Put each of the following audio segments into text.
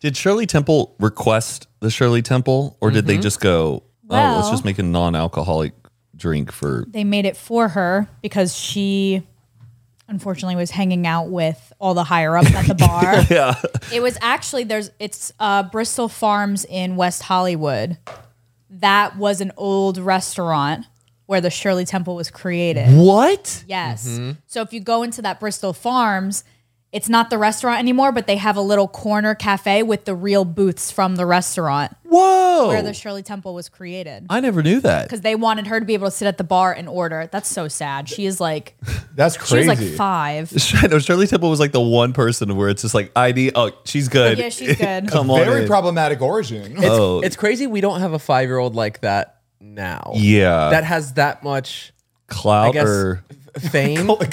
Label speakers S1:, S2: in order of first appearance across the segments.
S1: Did Shirley Temple request the Shirley Temple, or did they just go, "Oh, let's
S2: Mm-hmm. Well-
S1: just make a non-alcoholic drink for"?
S2: They made it for her because she unfortunately was hanging out with all the higher ups at the bar.
S1: Yeah,
S2: It was actually there's it's uh, Bristol Farms in West Hollywood. That was an old restaurant where the Shirley Temple was created.
S3: What?
S2: Yes. So if you go into that Bristol Farms, it's not the restaurant anymore, but they have a little corner cafe with the real booths from the restaurant
S3: Whoa!
S1: Oh.
S2: where the Shirley Temple was created.
S3: I never knew that.
S2: Because they wanted her to be able to sit at the bar and order. That's so sad. She is like
S4: That's
S2: she was
S4: crazy.
S2: like five.
S1: I know Shirley Temple was like the one person where it's just like ID. Oh, she's good.
S2: Yeah, she's good.
S1: Come on,
S4: Very
S1: in.
S4: problematic origin.
S3: It's, it's crazy we don't have a five year old like that now.
S1: Yeah,
S3: That has that much
S1: clout
S3: guess-
S1: or
S3: fame.
S1: clout.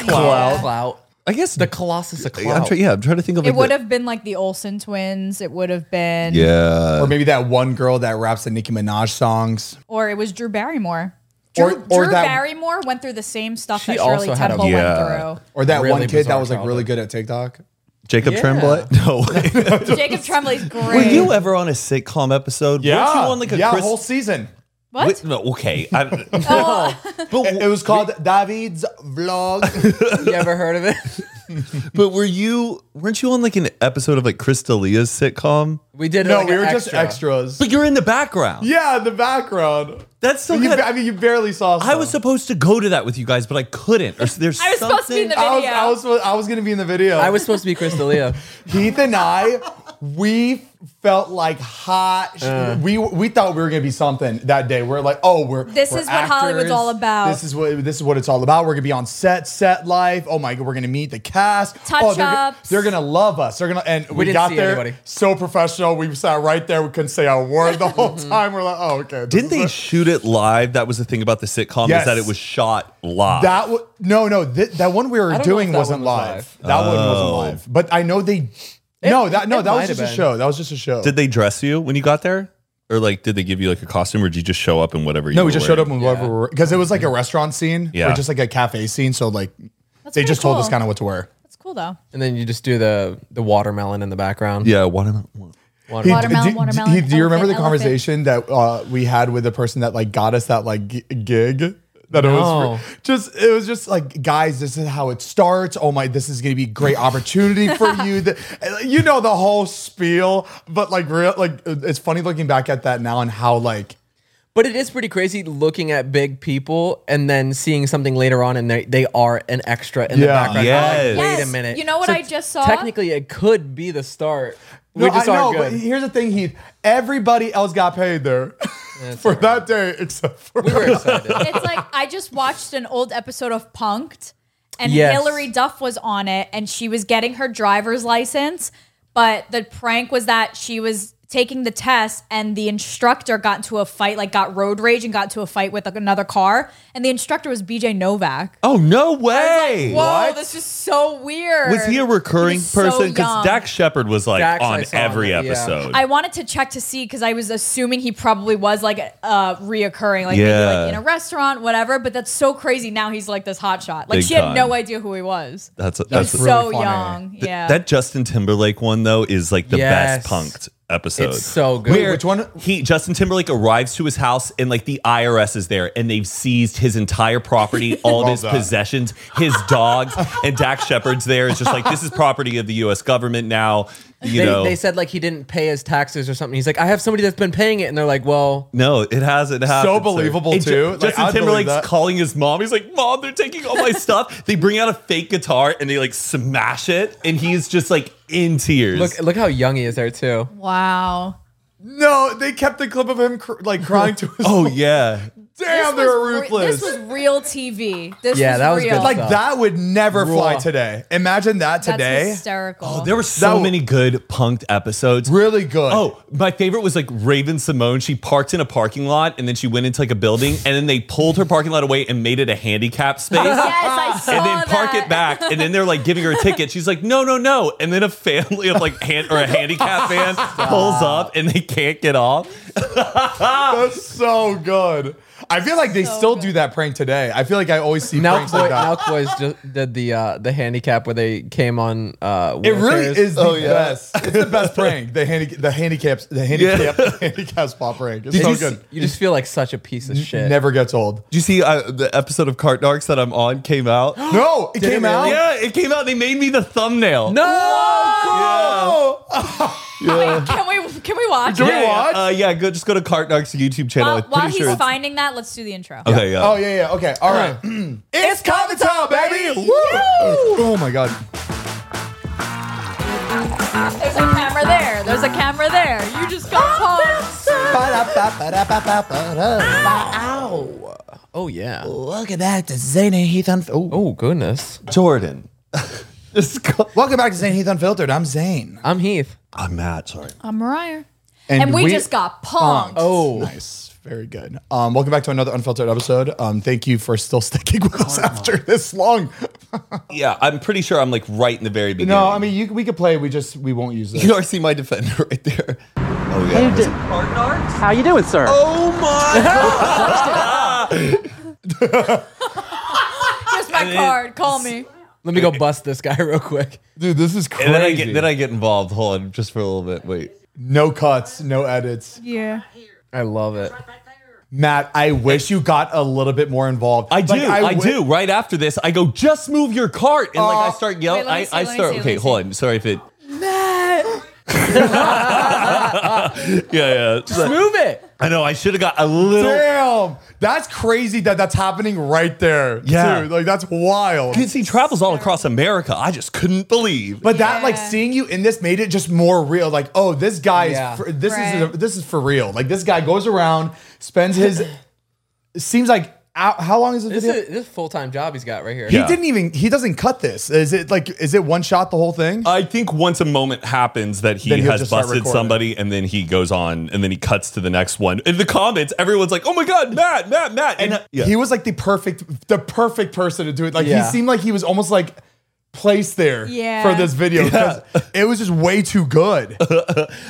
S3: Clout.
S1: I guess
S3: The Colossus of
S1: I'm
S3: Clout.
S1: try- yeah, I'm trying to think of
S2: It
S1: like
S2: would
S1: the-
S2: have been like the Olsen twins. It would have been
S1: Yeah,
S4: or maybe that one girl that raps the Nicki Minaj songs.
S2: or it was Drew Barrymore. Drew,
S4: Or- or
S2: Drew
S4: that-
S2: Barrymore went through the same stuff
S3: She
S2: that Shirley
S3: also had a-
S2: Temple
S1: Yeah.
S2: went
S4: Or that
S3: Really
S4: one kid that
S3: bizarre
S4: was like really good at TikTok.
S1: Jacob
S3: Yeah.
S1: Tremblay. No,
S2: through. Jacob Tremblay's great.
S1: were you ever on a sitcom episode? Weren't you on like a
S4: yeah,
S1: Chris-
S4: whole season.
S2: what?
S1: Wait, no, okay. I,
S4: It, it was called David's Vlog.
S3: you ever heard of it?
S1: but were you weren't you on like an episode of like Chris D'Elia's sitcom?
S3: We did.
S4: no,
S3: like
S4: we
S3: an
S4: were just extras.
S1: But you're in the background.
S4: Yeah, in the background.
S1: That's still
S4: You,
S1: good.
S4: I mean, you barely saw. Some.
S1: I was supposed to go to that with you guys, but I couldn't. Or s- there's
S2: I was
S1: something.
S2: supposed to be in the
S4: I was,
S2: video.
S4: I was. I was gonna be in the video.
S3: I was supposed to be Chris D'Elia.
S4: Heath and I, we felt like hot. sh- We we thought we were gonna be something that day. We're like, oh, we're
S2: This
S4: we're
S2: is what Hollywood's all about.
S4: This is what this is what it's all about. We're gonna be on set, set life. Oh my god, we're gonna meet the cast. oh, they're, go-
S2: Touch-ups.
S4: they're gonna love us. They're gonna and we,
S3: didn't
S4: got
S3: see
S4: there
S3: anybody.
S4: so professional. We sat right there. We couldn't say a word the whole time. We're like, oh okay. this
S1: Didn't
S4: is
S1: they
S4: it.
S1: shoot it live? That was the thing about the sitcom
S4: Yes.
S1: is that it was shot live.
S4: That w- no, no, th- that one we were
S3: don't know
S4: doing
S3: if that
S4: wasn't
S3: one was Oh.
S4: live. That one wasn't live. But I know they. no, that no,
S3: it
S4: that
S3: might
S4: was just
S3: have
S4: a
S3: been.
S4: show. That was just a show.
S1: did they dress you when you got there? Or like did they give you like a costume or did you just show up in whatever you
S4: no, we
S1: were
S4: just showed up
S1: wearing?
S4: in whatever because it was like a restaurant scene
S1: Yeah.
S4: or just like a cafe scene. So like, they
S2: pretty
S4: just told us
S2: cool.
S4: kind of what to wear.
S2: That's cool though.
S3: And then you just do the the watermelon in the background.
S1: Yeah, watermelon.
S4: He-
S2: Watermelon,
S4: do,
S2: watermelon,
S4: he- do you remember the
S2: elephant, elephant.
S4: conversation that uh, we had with the person that like got us that like gi- gig? That it
S3: No.
S4: was for- just it was just like guys, this is how it starts. Oh my, this is gonna be a great opportunity for you. The- you know the whole spiel, but like real, like it's funny looking back at that now and how like
S3: But it is pretty crazy looking at big people and then seeing something later on and they, they are an extra in the
S4: Yeah.
S3: background.
S1: Yes.
S3: Like, Wait
S2: Yes.
S3: a minute.
S2: You know what I just saw?
S3: Technically, it could be the start. We
S4: No,
S3: just
S4: I
S3: aren't
S4: know, but
S3: good.
S4: here's the thing, Heath. Everybody else got paid there for that day except for
S3: we were excited.
S2: It's like I just watched an old episode of Punked, and
S3: Yes.
S2: Hillary Duff was on it, and she was getting her driver's license. But the prank was that she was taking the test, and the instructor got into a fight, like got road rage, and got into a fight with like, another car, and the instructor was BJ Novak.
S1: Oh no
S2: I
S1: way.
S2: was like, Whoa, this is so weird.
S1: Was he a recurring
S2: He was so
S1: person? Because
S2: young.
S1: Dax Shepard was like
S3: Dax, I
S1: on
S3: saw
S1: every
S3: that, yeah.
S1: episode.
S2: I wanted to check to see because I was assuming he probably was like uh reoccurring, like, maybe,
S1: Yeah.
S2: like in a restaurant, whatever. But that's so crazy. Now he's like this hot shot. Like
S1: Big
S2: she had
S1: time.
S2: no idea who he was.
S1: that's
S2: He's
S1: that's
S4: really
S2: so
S4: funny.
S2: young. yeah.
S1: That Justin Timberlake one though is like the best
S3: Yes.
S1: punked episode.
S3: It's so good.
S4: Wait, which one?
S1: He Justin Timberlake arrives to his house and like the IRS is there and they've seized his entire property, all of his
S4: that.
S1: possessions, his dogs, and Dax Shepard's there. It's just like this is property of the U.S. government now. You
S3: they,
S1: know,
S3: they said like he didn't pay his taxes or something. He's like, I have somebody that's been paying it, and they're like, Well,
S1: no, it has it has
S4: believable, too. Like,
S1: Justin
S4: I'd believe
S1: Timberlake's
S4: that.
S1: calling his mom. He's like, "Mom, they're taking all my stuff." They bring out a fake guitar and they like smash it, and he's just like in tears.
S3: look look how young he is there too.
S2: wow.
S4: No, they kept the clip of him cr- like crying to his.
S1: oh yeah,
S2: This
S4: damn, they're
S2: was re-
S4: ruthless.
S2: this was real TV. This
S3: Yeah,
S2: was
S3: that was
S2: real.
S3: good
S4: like
S3: stuff.
S4: that would never fly
S3: Raw.
S4: today. Imagine that
S2: That's
S4: today.
S2: hysterical.
S1: Oh, There were so
S4: That-
S1: many good punked episodes.
S4: Really good.
S1: Oh, my favorite was like Raven Simone. She parked in a parking lot and then she went into like a building and then they pulled her parking lot away and made it a handicap space.
S2: yes, I saw
S1: And then park
S2: that.
S1: it back, and then they're like giving her a ticket. She's like, "No, no, no!" And then a family of like hand or a handicap van pulls up, and they can't get off.
S4: that's so good. I feel like they
S2: So
S4: still
S2: good.
S4: do that prank today. I feel like I always see
S3: Nelk
S4: pranks like
S3: Boy,
S4: that.
S3: Nelk Boys just did the uh, the handicap where they came on. Uh,
S4: It really
S3: wheelchairs.
S4: is the
S5: Oh, yeah.
S4: best. It's the best prank. The handy, the handicaps, the handicap, handicap spot prank. It's
S3: Did
S4: so
S3: you,
S4: good.
S3: you just feel like such a piece of shit.
S4: Never gets old.
S1: Do you see uh, the episode of Cart Narks that I'm on came out?
S4: No, it came
S3: it
S4: out.
S3: really?
S1: yeah, it came out. They made me the thumbnail.
S3: No.
S4: Oh,
S2: Wait, can we can we watch?
S4: Do we
S2: it?
S4: watch?
S1: Uh, yeah, go, just go to Cart Narks YouTube channel.
S2: While,
S1: I'm
S2: while
S1: pretty
S2: he's
S1: sure it's-
S2: finding that, let's do the intro.
S1: Okay, yeah.
S4: Oh yeah, yeah. Okay, all right. it's comedy time, baby. Woo! Oh my god.
S2: There's a camera there. There's a camera there. You just got home.
S4: Ow!
S3: Oh yeah.
S4: Look at that, it's Zane and Heath Unfiltered.
S3: Oh goodness.
S1: Jordan. this is co-
S4: Welcome back to Zane Heath Unfiltered. I'm Zane.
S3: I'm Heath.
S1: I'm Matt, sorry.
S2: I'm Mariah. And, we, just got punked.
S3: Oh.
S4: Nice. Very good. Um, welcome back to another unfiltered episode. Um, thank you for still sticking with us after this long.
S1: Yeah, I'm pretty sure I'm like right in the very beginning.
S4: No, I mean you, we could play. We just we won't use this.
S1: you already see my defender right there. Oh yeah.
S6: do- How you doing, sir?
S1: Oh my god.
S2: Here's my card. Call me.
S3: Let me go bust this guy real quick.
S4: Dude, this is crazy.
S1: And then I get then I get involved. Hold on, just for a little bit. Wait.
S4: no cuts, no edits.
S2: Yeah.
S3: I love it.
S4: Matt, I wish you got a little bit more involved.
S1: I do.
S4: Like,
S1: I,
S4: wi-
S1: do. Right after this, I go, just move your cart. And like I
S4: Oh.
S1: start yelling.
S2: Wait, let me
S1: I,
S2: see,
S1: I
S2: let me
S1: start
S2: see, let
S1: okay,
S2: me
S1: hold
S2: see.
S1: on. Sorry if it Yeah, yeah.
S3: Move it.
S1: I know I should have got a little
S4: Damn, that's crazy that that's happening right there.
S1: Yeah.
S4: dude, like that's wild.
S1: Because he travels all across America. I just couldn't believe.
S4: But that, like,
S2: Yeah.
S4: seeing you in this made it just more real. Like, oh, this guy
S3: Yeah.
S4: is. For, this is.
S2: Right.
S4: this is for real. Like, this guy goes around, spends his. seems like how, how long is the
S3: This
S4: video?
S3: is this full time job he's got right here.
S4: he
S1: Yeah.
S4: didn't even. He doesn't cut this. Is it like? Is it one shot the whole thing?
S1: I think once a moment happens that he
S4: Then he'll
S1: has
S4: just start
S1: busted
S4: recording.
S1: somebody, and then he goes on, and then he cuts to the next one. In the comments, everyone's like, "Oh my god, Matt, Matt, Matt!" And, uh, yeah.
S4: He was like the perfect, the perfect person to do it. Like
S3: Yeah.
S4: he seemed like he was almost like placed there
S2: Yeah.
S4: for this video because it was just way too good.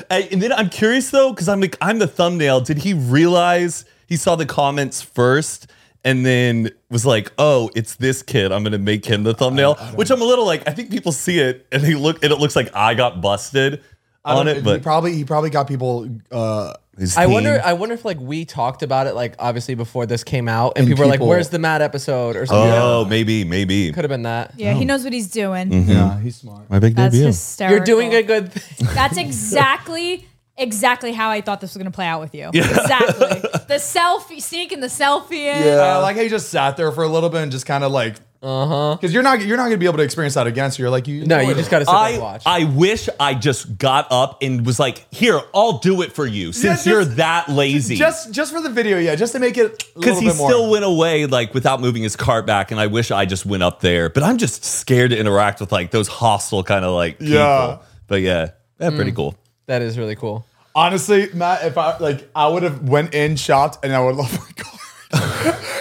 S1: I- and then I'm curious though, because I'm like, I'm the thumbnail. Did he realize he saw the comments first? And then was like, oh, it's this kid. I'm gonna make him the thumbnail. Which I'm a little like, I think people see it and they look and it looks like I got busted on it.
S4: he
S1: But
S4: probably he probably got people. Uh,
S1: his
S3: I
S1: team-
S3: wonder. I wonder if like we talked about it like obviously before this came out, and,
S4: And
S3: people, were like,
S4: people-
S3: "Where's the Matt episode?" or something.
S1: Oh, maybe, maybe.
S3: Could have been that.
S2: Yeah, he knows what he's doing.
S4: Mm-hmm. yeah, he's smart.
S1: My big
S2: That's
S1: debut.
S2: hysterical.
S3: You're doing a good thing.
S2: That's exactly exactly how I thought this was gonna play out with you. Exactly. The selfie, sneaking the selfie in. Oh,
S4: I Uh, like how you just sat there for a little bit and just kind of like, uh huh, because you're not you're not gonna be able to experience that again. So you're like, you
S3: Uh-huh. No, you just gotta sit there and
S1: I,
S3: watch.
S1: I wish I just got up and was like, here, I'll do it for you since
S4: just-
S1: you're that lazy.
S4: just just for the video, yeah, just to make it a
S1: because he
S4: little bit more.
S1: still went away like without moving his cart back, and I wish I just went up there. But I'm just scared to interact with like those hostile kind of like people.
S4: Yeah.
S1: But yeah,
S2: Hmm.
S1: that's pretty cool.
S3: That is really cool.
S4: Honestly, Matt, if I like, I would have went in shopped and I would love my card.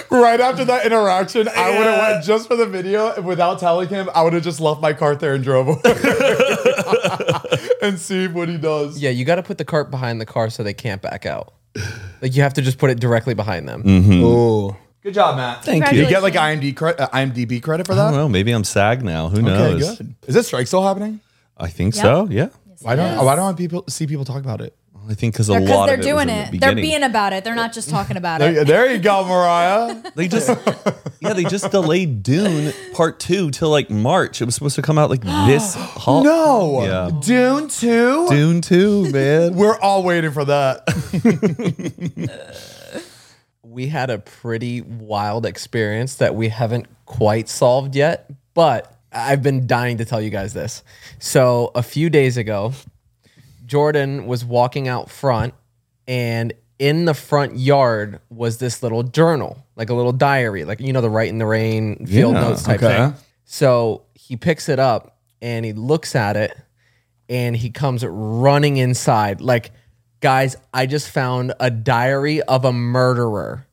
S4: right after that interaction, I would have went just for the video and without telling him. I would have just left my cart there and drove away and see what he does.
S3: Yeah, you got to put the cart behind the car so they can't back out. Like you have to just put it directly behind them.
S4: Ooh. Good job, Matt.
S1: Thank
S4: Did
S1: you.
S4: you get like IMD cre- uh, IMDb credit for
S1: I
S4: that?
S1: don't know. Maybe I'm SAG now. Who knows?
S4: Is this strike still happening?
S1: I think so. Yeah.
S4: Why don't Why don't people see people talk about it?
S1: I think because a
S2: Because
S1: lot
S2: they're
S1: of it was
S2: doing
S1: in
S2: it.
S1: The
S2: they're
S1: beginning.
S2: being about it. They're not just talking about it.
S4: There, there you go, Mariah.
S1: They just yeah, they just delayed Dune Part Two till like March. It was supposed to come out like this. Hol-
S4: No,
S1: Yeah.
S4: Dune Two.
S1: Dune Two, man.
S4: We're all waiting for that.
S3: We had a pretty wild experience that we haven't quite solved yet, but I've been dying to tell you guys this. So, a few days ago, Jordan was walking out front, and in the front yard was this little journal, like a little diary, like you know, the write in the rain field
S1: Yeah,
S3: notes type
S1: okay.
S3: thing. So, he picks it up and he looks at it and he comes running inside like guys i just found a diary of a murderer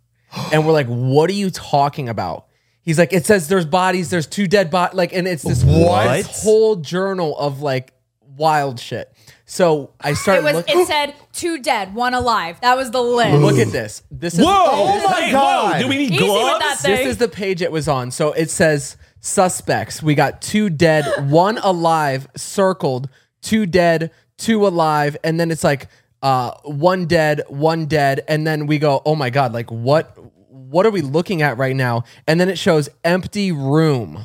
S3: and we're like what are you talking about he's like it says there's bodies there's two dead bodies like and it's this
S1: What?
S3: this whole journal of like wild shit So I start
S2: It was.
S3: look-
S2: It said two dead, one alive. That was the list.
S3: look at this. This is
S1: Whoa!
S4: Oh my
S1: Hey,
S4: God.
S1: Whoa, do we need
S2: Easy with
S1: gloves?
S2: that thing.
S3: this is the page it was on. So it says suspects. We got two dead, one alive, circled, two dead, two alive, and then it's like uh one dead, one dead, and then we go, "Oh my god, like what what are we looking at right now?" And then it shows empty room.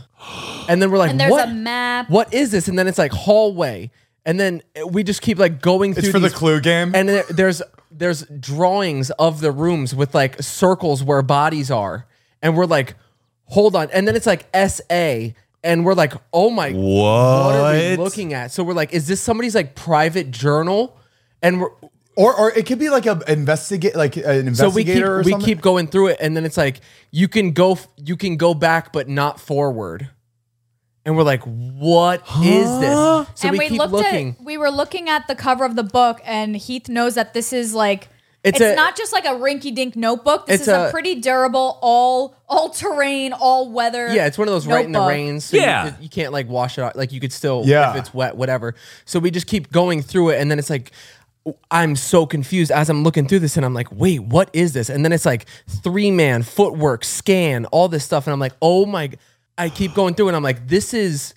S3: And then we're like,
S2: And there's
S3: "What?
S2: a map.
S3: What is this?" And then it's like hallway. And then we just keep like going through
S4: It's for the
S3: these-
S4: clue game.
S3: and there, there's there's drawings of the rooms with like circles where bodies are and we're like hold on and then it's like sa and we're like oh my what are we
S1: What?
S3: looking at so we're like is this somebody's like private journal and we're
S4: or or it could be like a investigate like an
S3: so we
S4: investigator
S3: keep
S4: or
S3: we
S4: something.
S3: keep going through it and then it's like you can go f- you can go back but not forward and we're like what is this so
S2: and
S3: we, keep
S2: looked
S3: looking
S2: at we were looking at the cover of the book, and Heath knows that this is like
S3: It's
S2: it's,
S3: a-
S2: not just like a rinky dink notebook. This
S3: It's
S2: is a,
S3: a-
S2: pretty durable, all all terrain, all weather.
S3: Yeah, it's one of those right in the
S2: notebook.
S3: rain. So you-
S1: Yeah.
S3: you, can't like wash it off. Like you could still,
S4: Yeah.
S3: if it's wet, whatever. So we just keep going through it. And then it's like, I'm so confused as I'm looking through this. And I'm like, wait, what is this? And then it's like three man, footwork, scan, all this stuff. And I'm like, oh my, g-" I keep going through and I'm like, this is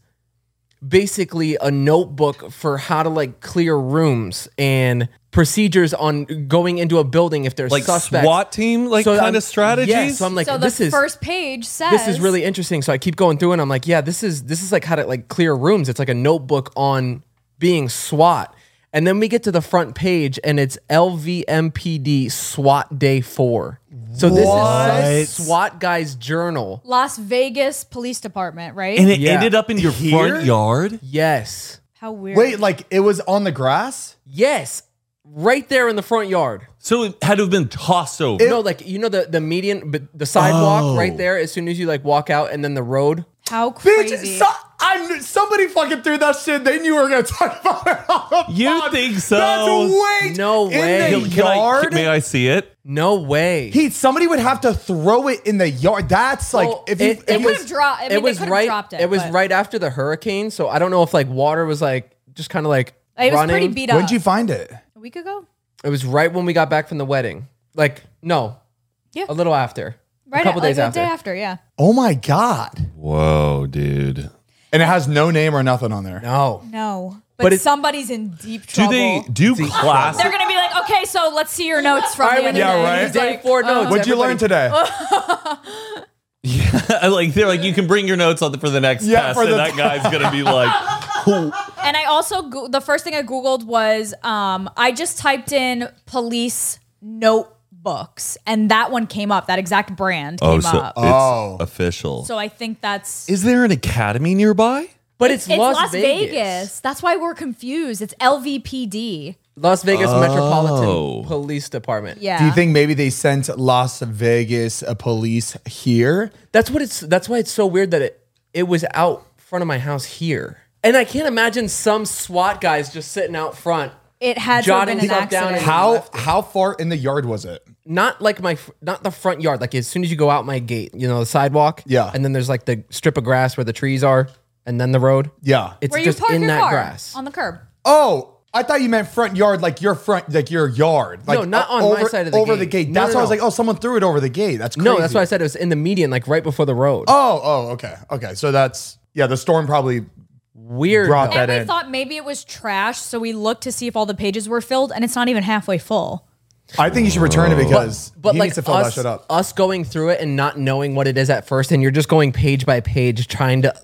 S3: basically a notebook for how to like clear rooms and procedures on going into a building if there's
S1: Like
S3: suspects.
S1: SWAT team, like
S3: So
S1: kind
S3: I'm-
S1: of strategies.
S3: Yeah, so I'm like,
S2: so the
S3: this is
S2: first page says
S3: this is really interesting. So I keep going through and I'm like, yeah, this is this is like how to like clear rooms. It's like a notebook on being SWAT. And then we get to the front page and it's LVMPD SWAT Day 4. So this is
S1: What?
S3: some SWAT guy's journal.
S2: Las Vegas Police Department, right?
S1: and it
S3: Yeah.
S1: ended up in your front yard.
S3: Yes.
S2: How weird.
S4: Wait, like it was on the grass?
S3: Yes. Right there in the front yard.
S1: So it had to have been tossed over.
S3: no, like you know the the median but the sidewalk right there as soon as you like walk out and then the road.
S2: how
S4: Bitch,
S2: crazy.
S4: so, I knew, somebody fucking threw that shit. They knew we were gonna talk about it. On the
S1: You
S4: pod.
S1: think so?
S4: That's way
S3: No way.
S4: In
S3: Can-
S4: the
S1: Can I-
S4: yard.
S1: may I see it?
S3: No way.
S4: Heath, somebody would have to throw it in the yard. That's like
S3: Well,
S4: if you,
S3: it-
S4: if
S3: it
S4: you-
S2: could've dropped- I mean, they could've
S3: right.
S2: dropped it,
S3: was
S2: but-
S3: right after the hurricane, so I don't know if like water was like just kind of like
S2: it was
S3: running.
S2: pretty beat up.
S4: when'd you find it?
S2: a week ago?
S3: It was right when we got back from the wedding. Like no,
S2: Yeah.
S3: a little after,
S2: Right
S3: a couple
S2: like
S3: days
S2: a
S3: after.
S2: day after, yeah.
S4: Oh my god!
S1: Whoa, dude.
S4: And it has no name or nothing on there.
S3: No,
S2: No.
S3: But
S2: But,
S3: it-
S2: somebody's in deep
S1: Do
S2: trouble.
S1: they do class?
S2: They're gonna be like, okay, so let's see your notes from the
S3: we
S2: other
S4: yeah,
S2: day.
S4: right.
S2: He's
S3: day
S2: like, uh,
S3: four notes.
S4: What'd you learn
S3: everybody-
S4: today?
S1: like they're like you can bring your notes on the, for the next
S4: Yeah,
S1: test,
S4: for
S1: and
S4: the-
S1: that guy's gonna be like,
S2: And I also go- the first thing I googled was um, I just typed in police notebooks, and that one came up. That exact brand
S1: Oh,
S2: came up.
S4: Oh.
S1: official.
S2: so I think that's
S1: Is there an academy nearby?
S3: But it's,
S2: it's
S3: Las,
S2: Las
S3: Vegas.
S2: Vegas. That's why we're confused. It's LVPD.
S3: Las Vegas
S1: Oh.
S3: Metropolitan Police Department.
S2: Yeah.
S4: Do you think maybe they sent Las Vegas uh, police here?
S3: That's what it's. That's why it's so weird that it it was out front of my house here, and I can't imagine some SWAT guys just sitting out front.
S2: it had to have
S3: Jotting
S2: been an
S3: stuff down
S2: accident?
S3: and-
S4: How
S3: left
S4: how far in the yard was it?
S3: not like my fr- not the front yard like as soon as you go out my gate you know the sidewalk
S4: Yeah.
S3: and then there's like the strip of grass where the trees are and then the road
S4: Yeah.
S3: it's
S2: Where you
S3: just
S2: park
S3: in
S2: your
S3: that
S2: car
S3: grass
S2: on the curb?
S4: oh, I thought you meant front yard, like your front, like your yard. Like,
S3: No, not
S4: o-
S3: on my
S4: over,
S3: side of the
S4: over
S3: gate.
S4: the gate.
S3: No,
S4: That's
S3: no,
S4: why I was
S3: no.
S4: like, oh, someone threw it over the gate. That's crazy.
S3: no that's why i said it was in the median like right before the road
S4: Oh, oh, okay, okay. So that's yeah. The storm probably
S3: weird
S4: brought
S3: though.
S4: that
S2: And we
S4: in.
S2: thought maybe it was trash, so we looked to see if all the pages were filled, and it's not even halfway full.
S4: I think you should return
S1: Oh.
S4: it because
S3: but
S4: he
S3: like
S4: needs to fill that
S3: us,
S4: shit up.
S3: us going through it and not knowing what it is at first and you're just going page by page trying to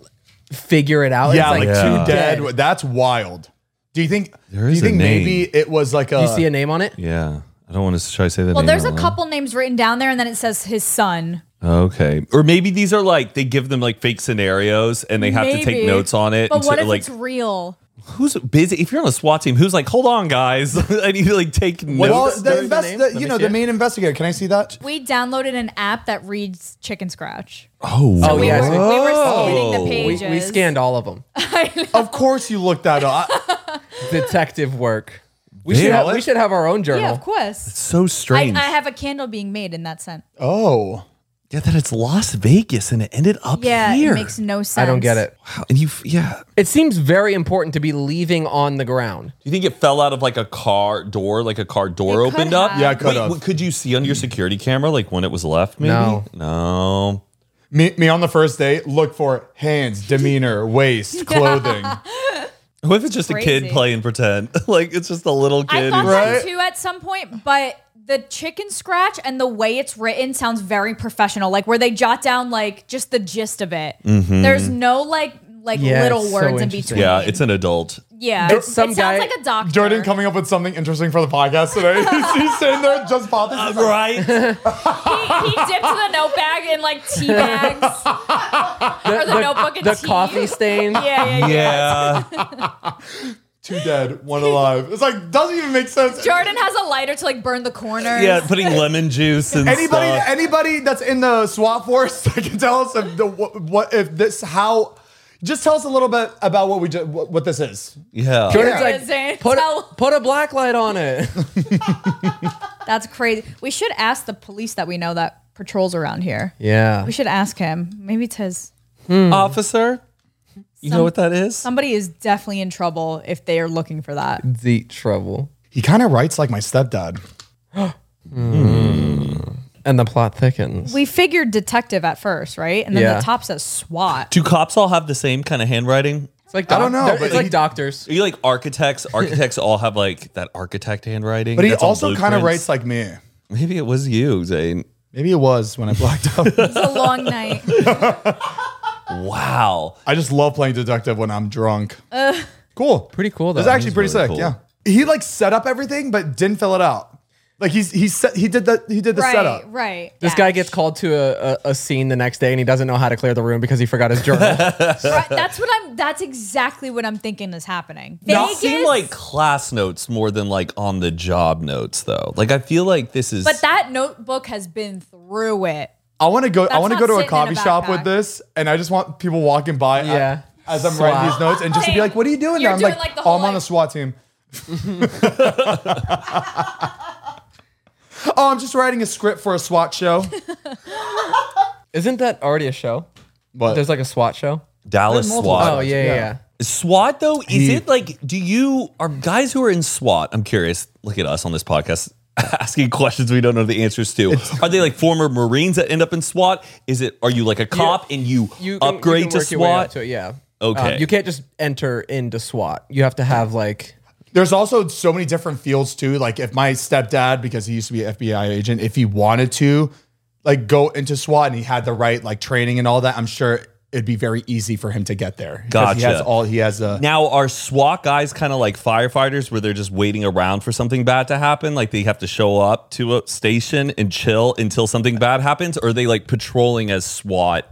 S3: figure it out
S4: yeah,
S3: it's
S4: like
S1: Yeah.
S4: two dead. That's wild. Do you think?
S1: There
S4: do
S1: is
S4: you
S1: a
S4: think
S1: name.
S4: maybe it was like a?
S3: you see a name on it
S1: Yeah, I don't want to try to say that.
S2: Well,
S1: name
S2: there's
S1: out
S2: a
S1: loud.
S2: couple names written down there, and then it says his son.
S1: Okay, or maybe these are like they give them like fake scenarios and they have to take
S2: Maybe.
S1: notes on it.
S2: But
S1: and
S2: what
S1: so,
S2: if
S1: like
S2: it's real?
S1: who's busy? If you're on a SWAT team, who's like, hold on, guys, I need to like take notes.
S4: well,
S3: there
S4: the
S3: is a
S4: invest,
S3: name?
S4: the-
S3: Let me
S4: you know,
S3: see
S4: the
S3: it.
S4: main investigator. Can I see that?
S2: We downloaded an app that reads Chicken Scratch.
S1: oh,
S3: Oh,
S2: We,
S3: yeah.
S2: were, we were scanning
S1: Oh.
S2: the
S1: We-
S3: we,
S2: pages.
S3: we scanned all of them
S4: Of course, you looked that up. I-
S3: detective work we should,
S1: Yeah.
S3: have, we should have our own journal
S2: Yeah, of course.
S1: so
S2: I,
S1: strange.
S2: I have a candle being made in that scent.
S4: oh,
S1: Yeah, that it's Las Vegas and it ended up
S2: Yeah,
S1: here.
S2: it makes no sense.
S3: I don't get it.
S1: Wow, and you, f- yeah.
S3: It seems very important to be leaving on the ground.
S1: Do you think it fell out of like a car door, like a car door
S2: It could
S1: opened up?
S2: have. Yeah,
S4: it could
S1: Wait,
S4: have.
S1: what- Could you see on your security camera like when it was left? Maybe
S3: No.
S1: no.
S4: Me, me on the first date, look for hands, demeanor, waist, clothing.
S1: What if it's just a kid
S2: Crazy.
S1: playing pretend? like it's just a little
S2: I
S1: kid.
S2: thought
S1: who's-
S4: Right?
S2: that too at some point, but the chicken scratch and the way it's written sounds very professional. Like where they jot down like just the gist of it. There's no like like
S3: Mm-hmm. Yeah, it's
S2: little
S3: so
S2: words in
S3: interesting.
S2: between.
S1: Yeah, it's an adult.
S2: yeah.
S3: It's some
S2: it sounds
S3: guy-
S2: like a doctor.
S4: Jordan coming up with something interesting for the podcast today. he's, he's sitting there just bothering. He's like,
S1: Right?
S2: he, he dipped the note bag in like tea bags or the, notebook and
S3: The
S2: tea.
S3: coffee stain.
S2: Yeah, yeah, yeah.
S1: yeah.
S4: Two dead, one alive. It's like doesn't even make sense.
S2: Jordan has a lighter to like burn the corners.
S1: Yeah, putting lemon juice and
S4: Anybody,
S1: stuff.
S4: anybody that's in the SWAT force that can tell us if the what, what if this how. Just tell us a little bit about what we ju- what, what this is.
S1: yeah.
S3: Jordan's
S2: Yeah.
S3: like,
S2: Listen,
S3: put,
S2: tell-
S3: a, put a black light on it.
S2: That's crazy. We should ask the police that we know that patrols around here.
S3: Yeah.
S2: We should ask him. Maybe it's his.
S4: Mm.
S1: Mm. Officer, you know
S2: Some-
S1: what that is?
S2: Somebody is definitely in trouble if they are looking for that.
S3: The trouble.
S4: He kind of writes like my stepdad.
S3: And the plot thickens.
S2: We figured detective at first, right? And then
S3: Yeah.
S2: the top says SWAT.
S1: Do cops all have the same kind of handwriting?
S3: It's like
S4: I don't know,
S3: they're-
S4: but
S3: It's like
S4: he-
S3: doctors.
S1: Are you like architects? Architects all have like that architect handwriting.
S4: But he
S1: that's on
S4: also kind of
S1: blueprints.
S4: writes like me.
S1: Maybe it was you, Zane.
S4: Maybe it was when I blacked out.
S2: It's a long night.
S1: Wow.
S4: I just love playing detective when I'm drunk. cool.
S3: Pretty cool, though.
S4: It's actually pretty
S1: really
S4: sick.
S1: cool.
S4: Yeah. He like set up everything, but didn't fill it out. Like he's he set he did the he did the
S2: right,
S4: setup.
S2: right.
S3: This
S2: Yeah.
S3: guy gets called to a, a, a scene the next day and he doesn't know how to clear the room because he forgot his journal.
S2: Right, That's what I'm. That's exactly what I'm thinking is happening.
S1: That
S2: Vegas?
S1: seem like class notes more than like on the job notes though. Like I feel like this is
S2: but that notebook has been through it.
S4: I want to go. I
S2: That's
S4: want to
S2: not
S4: go to a
S2: sitting in a
S4: coffee shop with
S2: backpack.
S4: this, and I just want people walking by.
S3: Yeah.
S4: a- As I'm writing
S3: SWAT.
S4: these notes, and just to be
S2: Same.
S4: like, "What are you doing?"
S2: You're
S4: now?" I'm
S2: doing,
S4: like,
S2: like, the
S4: "Oh,
S2: whole,
S4: I'm on the
S2: like-
S4: SWAT team." oh, I'm just writing a script for a SWAT show.
S3: Isn't that already a show?
S4: But
S3: There's like a SWAT show.
S1: Dallas
S4: multiple
S1: SWAT.
S4: Uh,
S3: Oh yeah, yeah.
S4: yeah.
S3: yeah.
S1: SWAT though, is
S4: He-
S1: it like do you are guys who are in SWAT? I'm curious. Look at us on this podcast asking questions we don't know the answers to. Are they like former Marines that end up in SWAT? Is it are you like a cop and you,
S3: You can,
S1: upgrade
S3: you can
S1: to
S3: work your way up
S1: SWAT?
S3: to it, yeah. Um,
S1: Okay.
S3: you can't just enter into SWAT. You have to have like
S4: There's also so many different fields too. Like if my stepdad, because he used to be an FBI agent, if he wanted to, like go into SWAT and he had the right like training and all that, I'm sure it'd be very easy for him to get there. 'Cause He
S1: Gotcha.
S4: has all he has. A,
S1: Now are SWAT guys kind of like firefighters where they're just waiting around for something bad to happen? Like they have to show up to a station and chill until something bad happens, or are they like patrolling as SWAT?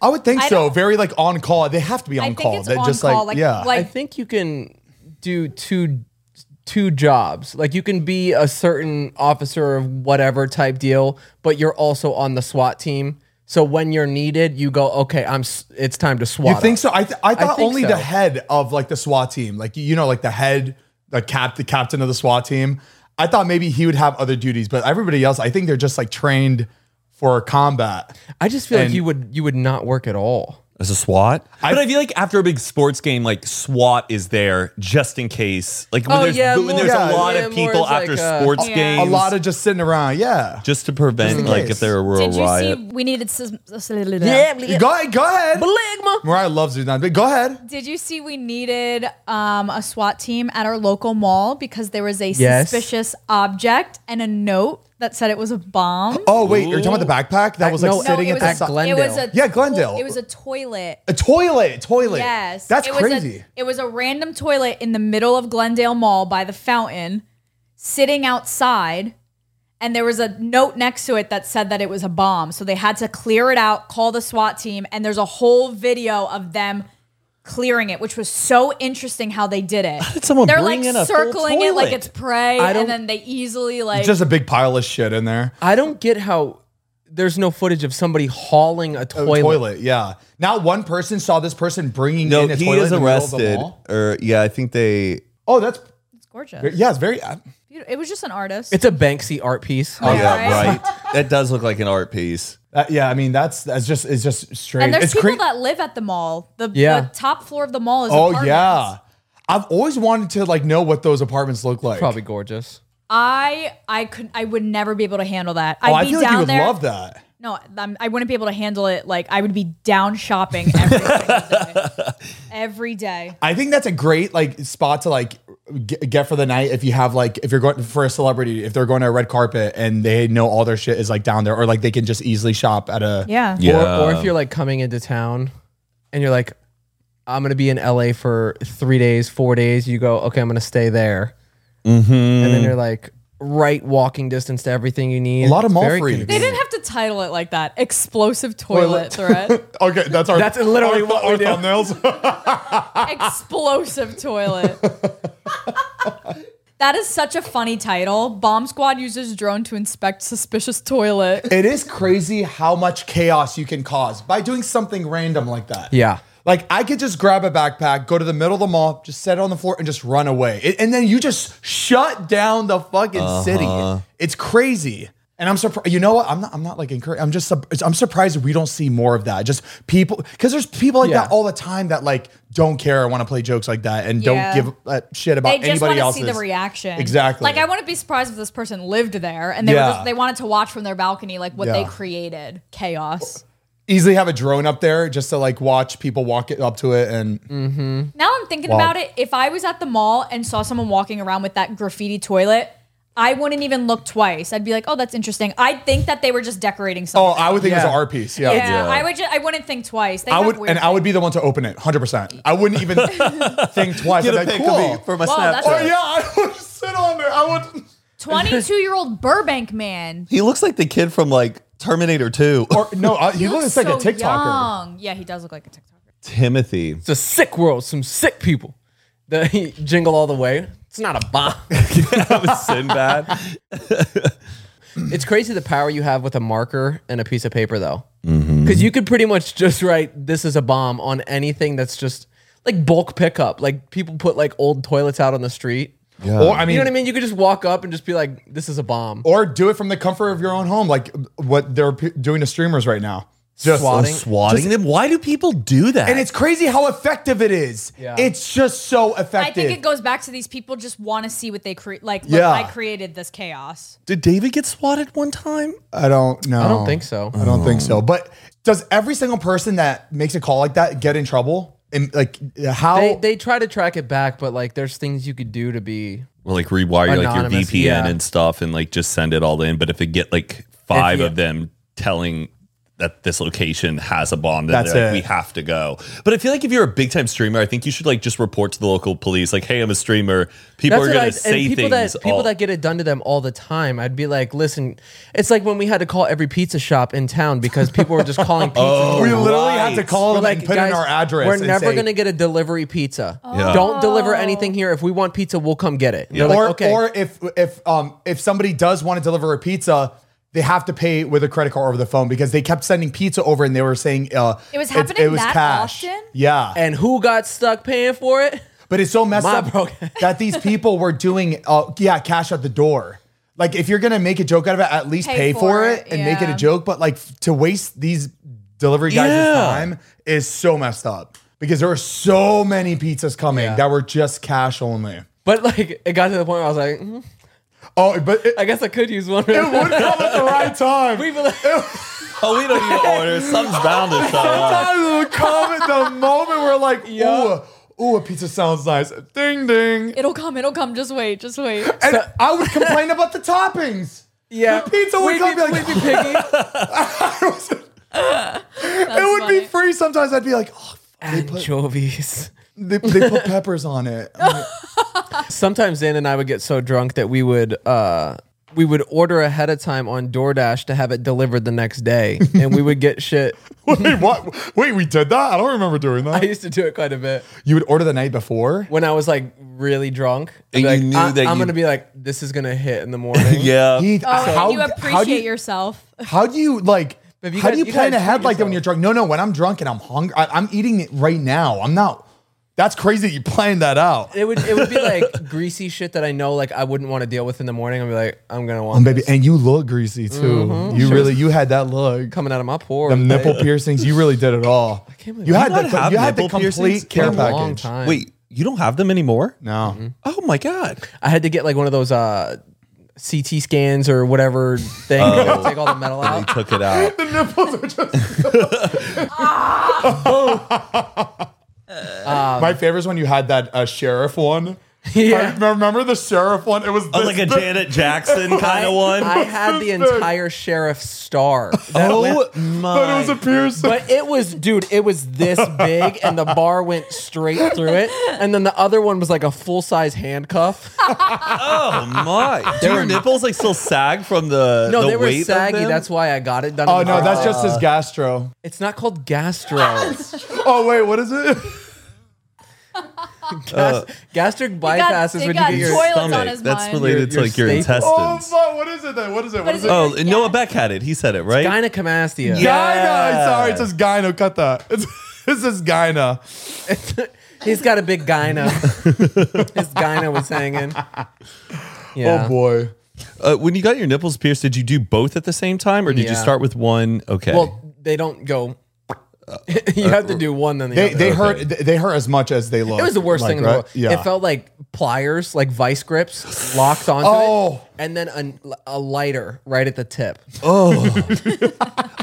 S4: I would think
S2: I
S4: so.
S2: don't-
S4: Very like on call. They have to be on
S2: I think
S4: call.
S2: it's
S4: They
S2: on
S4: just
S2: call.
S4: like, yeah.
S3: I think you can do two two jobs. Like you can be a certain officer of whatever type deal, but you're also on the SWAT team. So when you're needed, you go, okay, I'm. s- It's time to SWAT.
S4: you think
S3: up."
S4: so? I th- I thought
S3: think
S4: only
S3: so.
S4: the head of like the SWAT team, like you know, like the head, the cap, the captain of the SWAT team. I thought maybe he would have other duties, but everybody else, I think they're just like trained for combat.
S3: I just feel like
S4: And-
S3: you would you would not work at all.
S1: As a SWAT? but I feel like after a big sports game, like SWAT is there just in case. Like when
S3: Oh,
S1: there's,
S3: yeah,
S1: when
S3: more-
S1: there's
S4: yeah,
S1: a lot
S3: yeah,
S1: of
S3: more
S1: people
S3: as like
S1: after
S3: a-
S1: sports
S2: Yeah.
S1: games.
S4: a lot of just sitting around. Yeah.
S1: just to prevent
S4: in
S1: like
S4: case.
S1: if there were a
S2: Did you
S1: riot.
S2: see? We needed some.
S4: Go ahead. Go ahead.
S3: Bligma.
S4: Mariah loves you, but go ahead.
S2: Did you see we needed um, a SWAT team at our local mall because there was a
S3: Yes.
S2: suspicious object and a note that said it was a bomb?
S4: Oh wait, you're talking about the backpack that was like
S3: No, no,
S4: sitting
S2: it
S4: at
S2: was
S4: the
S2: a-
S4: side.
S3: Glen-
S2: It was a
S4: Yeah, Glendale.
S2: It was a toilet.
S4: a toilet. Toilet.
S2: Yes,
S4: That's
S2: it Was
S4: crazy.
S2: a, it was a random toilet in the middle of Glendale Mall by the fountain, sitting outside, and there was a note next to it that said that it was a bomb. So they had to clear it out, call the SWAT team, and there's a whole video of them clearing it, which was so interesting how they did it.
S1: did someone
S2: They're
S1: bring
S2: like
S1: in a full
S2: circling it like
S1: toilet?
S2: it's prey,
S3: I don't-
S2: and then they easily like
S4: just a big pile of shit in there.
S3: I don't get how there's no footage of somebody hauling a
S4: A
S3: toilet.
S4: Oh, toilet. Yeah. Not one person saw this person bringing
S1: no,
S4: in a
S1: he
S4: toilet.
S1: is
S4: in the middle of the
S1: arrested. Er,
S4: mall.
S1: Or yeah, I think they
S4: Oh, that's
S2: it's gorgeous.
S4: yeah. It's very. Uh,
S2: It, it was just an artist.
S3: It's a Banksy art piece.
S1: Oh,
S2: Yeah,
S1: yeah,
S2: right.
S1: right. that does look like an art piece.
S4: That- uh, yeah, I mean that's that's just it's just straight.
S2: and there's
S4: it's
S2: people
S4: cre-
S2: that live at the mall. The,
S3: Yeah.
S2: the top floor of the mall is.
S4: Oh
S2: apartments.
S4: yeah, I've always wanted to like know what those apartments look like.
S3: Probably gorgeous.
S2: I I could I would never be able to handle that. I'd
S4: Oh, I
S2: be
S4: feel
S2: down
S4: like you would
S2: there.
S4: love that.
S2: No, I'm, I wouldn't be able to handle it. Like I would be down shopping every single day. Every day.
S4: I think that's a great like spot to like g- get for the night if you have like if you're going for a celebrity if they're going to a red carpet and they know all their shit is like down there or like they can just easily shop at a
S2: Yeah.
S3: Or, or if you're like coming into town and you're like, I'm gonna be in LA for three days, four days. You go, okay, I'm gonna stay there, mm-hmm. and then you're like right walking distance to everything you need.
S4: A lot of
S3: It's
S4: mall
S3: very
S4: freaks.
S2: They
S3: convenient.
S2: didn't have to title it like that. Explosive toilet threat.
S4: Okay, that's our
S3: That's literally what we do.
S4: thumbnails.
S2: Explosive toilet. that is such a funny title. Bomb squad uses drone to inspect suspicious toilet.
S4: it is crazy how much chaos you can cause by doing something random like that.
S3: Yeah.
S4: Like I could just grab a backpack, go to the middle of the mall, just set it on the floor, and just run away. It- and then you just shut down the fucking
S3: Uh-huh.
S4: city. It's crazy. And I'm surprised. You know what? I'm not. I'm not like encouraged. I'm just. sup- I'm surprised we don't see more of that. Just people, because there's people like
S3: Yeah.
S4: that all the time that like don't care, want to play jokes like that, and
S2: Yeah.
S4: don't give a shit about
S2: They just want
S4: anybody
S2: to
S4: else's.
S2: see the reaction.
S4: Exactly.
S2: Like I wouldn't be surprised if this person lived there and they
S4: Yeah.
S2: were just, they wanted to watch from their balcony like what they
S4: Yeah.
S2: created. Chaos.
S4: easily have a drone up there just to like watch people walk it up to it and
S2: Now I'm thinking
S4: Wow.
S2: about it. If I was at the mall and saw someone walking around with that graffiti toilet, I wouldn't even look twice. I'd be like, "Oh, that's interesting." I'd think that they were just decorating
S4: oh
S2: something.
S4: i would think it was an
S3: Yeah.
S4: art piece yeah,
S2: yeah, I would. Just, I wouldn't think twice. They
S4: i
S2: have
S4: would
S2: weird
S4: and i would be the one to open it 100% i wouldn't even think twice
S1: Get a
S4: I'd be
S1: pic
S4: like,
S1: of me
S4: cool.
S1: for my
S2: Whoa, that's
S1: Snapchat.
S4: oh yeah i would sit on there i would
S2: twenty-two-year-old Burbank man.
S1: He looks like the kid from like Terminator 2.
S4: or no I, he looks like a
S2: so
S4: tiktoker
S2: young. Yeah, he does look like a TikToker.
S1: Timothy.
S3: It's a sick world. Some sick people. The jingle all the way. It's not a bomb.
S1: That was Sinbad.
S3: it's crazy the power you have with a marker and a piece of paper though because
S4: Mm-hmm.
S3: you could pretty much just write this is a bomb on anything that's just like bulk pickup like people put like old toilets out on the street
S4: or i mean
S3: you know what i mean you could just walk up and just be like this is a bomb
S4: or do it from the comfort of your own home like what they're p- doing to streamers right now just
S3: Swatting.
S1: Oh, swatting them. Why do people do that?
S4: and it's crazy how effective it is
S3: Yeah.
S4: it's just so
S2: I
S4: effective
S2: think it goes back to these people just want to see what they create. Like, look,
S4: Yeah.
S2: I created this chaos.
S1: Did David get swatted one time?
S4: i don't know
S3: i don't think so
S4: I don't think so. But does every single person that makes a call like that get in trouble? And like how?
S3: they, they try to track it back but like there's things you could do to be
S1: Well, like rewire like your
S3: Anonymous,
S1: VPN
S3: yeah.
S1: and stuff and like just send it all in. But if it get like five
S3: you-
S1: of them telling that this location has a bomb, then
S4: That's
S1: they're like,
S4: it.
S1: we have to go. But I feel like if you're a big time streamer, I think you should like just report to the local police, like, hey, I'm a streamer. People are
S3: what
S1: gonna
S3: I-
S1: say
S3: people
S1: things. Oh.
S3: that people
S1: all-
S3: that get it done to them all the time. I'd be like, listen, it's like when we had to call every pizza shop in town because people were just calling pizza.
S4: we
S3: delivery.
S4: literally
S1: Right.
S4: have to call
S3: We're
S4: them and Oh. put
S3: "Guys,
S4: in our address.
S3: We're
S4: and
S3: never
S4: say-
S3: gonna get a delivery pizza.
S1: Yeah.
S3: Don't deliver anything here. If we want pizza, we'll come get it. And they're
S4: Or
S3: like, okay.
S4: or if if um if somebody does want to deliver a pizza. They have to pay with a credit card over the phone because they kept sending pizza over and they were saying uh,
S2: It was
S4: it's-
S2: happening that often?
S4: Yeah,
S3: and who got stuck paying for it?
S4: But it's so messed
S3: My
S4: up
S3: bro-
S4: that these people were doing, uh, yeah, cash at the door. Like if you're gonna make a joke out of it, at least pay, for, it, and make it
S2: yeah.
S4: a joke. But like f- to waste these delivery guys'
S1: Yeah.
S4: time is so messed up because there were so many pizzas coming that were just cash only.
S3: But like, it got to the point where I was like, mm,
S4: Oh, but it,
S3: I guess I could use one.
S4: it would come at the right time.
S3: We'd be like-
S1: oh, we don't even order. Something's bound to show up.
S4: Sometimes it would come at the moment we're like,
S3: Yeah.
S4: ooh, ooh, a pizza sounds nice. Ding ding.
S2: It'll come. It'll come. Just wait. Just wait.
S4: And I would complain about the toppings.
S3: yeah,
S4: The pizza would
S3: we'd
S4: come be
S3: be,
S4: like-
S3: we'd be picky.
S4: it would be
S2: funny.
S4: free sometimes. I'd be like, oh,
S3: Anchovies.
S4: they, they put peppers on it. I'm like,
S3: Sometimes Dan and I would get so drunk that we would uh we would order ahead of time on DoorDash to have it delivered the next day, and we would get shit.
S4: Wait, what? Wait, we did that? I don't remember doing
S3: I
S4: that.
S3: used to do it quite a bit.
S4: You would order the night before.
S3: when I was like really drunk.
S1: And
S3: I'd be
S1: you
S3: like,
S1: knew
S3: I,
S1: that
S3: am
S1: you-
S3: gonna be like, this is gonna hit in the morning.
S1: Yeah.
S4: He-
S2: Oh, and you
S4: how
S2: appreciate
S4: do you,
S2: yourself.
S4: How do you like?
S3: Babe, you
S4: how
S3: gotta-
S4: do you,
S3: you
S4: plan
S3: gotta
S4: ahead
S3: treat
S4: like that when you're
S3: yourself.
S4: drunk? No, no. When I'm drunk and I'm hungry, I, I'm eating it right now. I'm not That's crazy. that You planned that out,
S3: It would it would be like greasy shit that I know like I wouldn't want to deal with in the morning. I'd be like, I'm gonna want
S4: and Um, baby.
S3: this
S4: And you look greasy too. You really you had that look.
S3: coming out of my pores.
S4: Them
S3: babe.
S4: nipple piercings. You really did it all.
S3: can't believe
S4: You
S3: I
S4: had
S1: not
S4: the
S1: have
S4: you had the
S1: nipple piercings
S4: complete care
S1: for a
S4: package.
S3: long time. Mm-hmm.
S1: Wait, you don't have them anymore?
S4: No.
S1: Oh my god.
S3: I had to get like one of those uh, CT scans or whatever thing.
S1: Oh.
S3: to Take all the metal
S1: They
S3: out.
S1: took it out.
S4: My favorite is when you had that uh, sheriff one.
S3: Uh-huh. Yeah. Oh,
S4: I remember the sheriff one. It was,
S1: I was
S4: this
S1: Oh, like a
S4: big.
S1: Janet Jackson kind of one.
S3: I had the entire sheriff star. That
S1: Oh
S3: went
S4: but it was a
S3: mine.
S4: piercing.
S3: But it was, dude, it was this big, and the bar went straight through it. And then the other one was like a full size handcuff.
S1: oh my. Do your nipples like still sag from the
S3: No,
S1: the
S3: they were
S1: weight of
S3: saggy.
S1: them?
S3: That's why I got it done. in
S4: oh
S3: the
S4: no,
S3: first
S4: that's
S3: place.
S4: just his gastro.
S3: It's not called gastro.
S4: Oh wait, what is it?
S3: Gas- gastric bypass is
S2: they
S3: when you
S2: got
S3: get your.
S2: toilet- Toilets on
S1: stomach.
S2: his
S1: That's
S2: mind.
S1: related to
S3: Your-
S1: like your
S3: your staple.
S4: Oh
S1: intestines.
S4: fuck, what is it then? What is it? What is it?
S2: is
S1: Oh,
S2: Yeah.
S1: Noah Beck had it. He said it, right?
S3: Gynecomastia.
S1: Yeah.
S4: Gyna. Sorry, it says gyno. Cut that. It's, it says gyna.
S3: He's got a big gyna. His gyna was hanging. Yeah.
S4: Oh boy.
S1: Uh, when you got your nipples pierced, did you do both at the same time or did you
S3: Yeah.
S1: start with one? Okay.
S3: Well, they don't go. you have to do one, then the
S4: They
S3: other.
S4: they hurt they- they hurt as much as they look.
S3: it was the worst
S4: like,
S3: thing in the
S4: right?
S3: world.
S4: Yeah.
S3: It felt like pliers, like vice grips, locked onto
S4: Oh.
S3: it, and then a, a lighter right at the tip.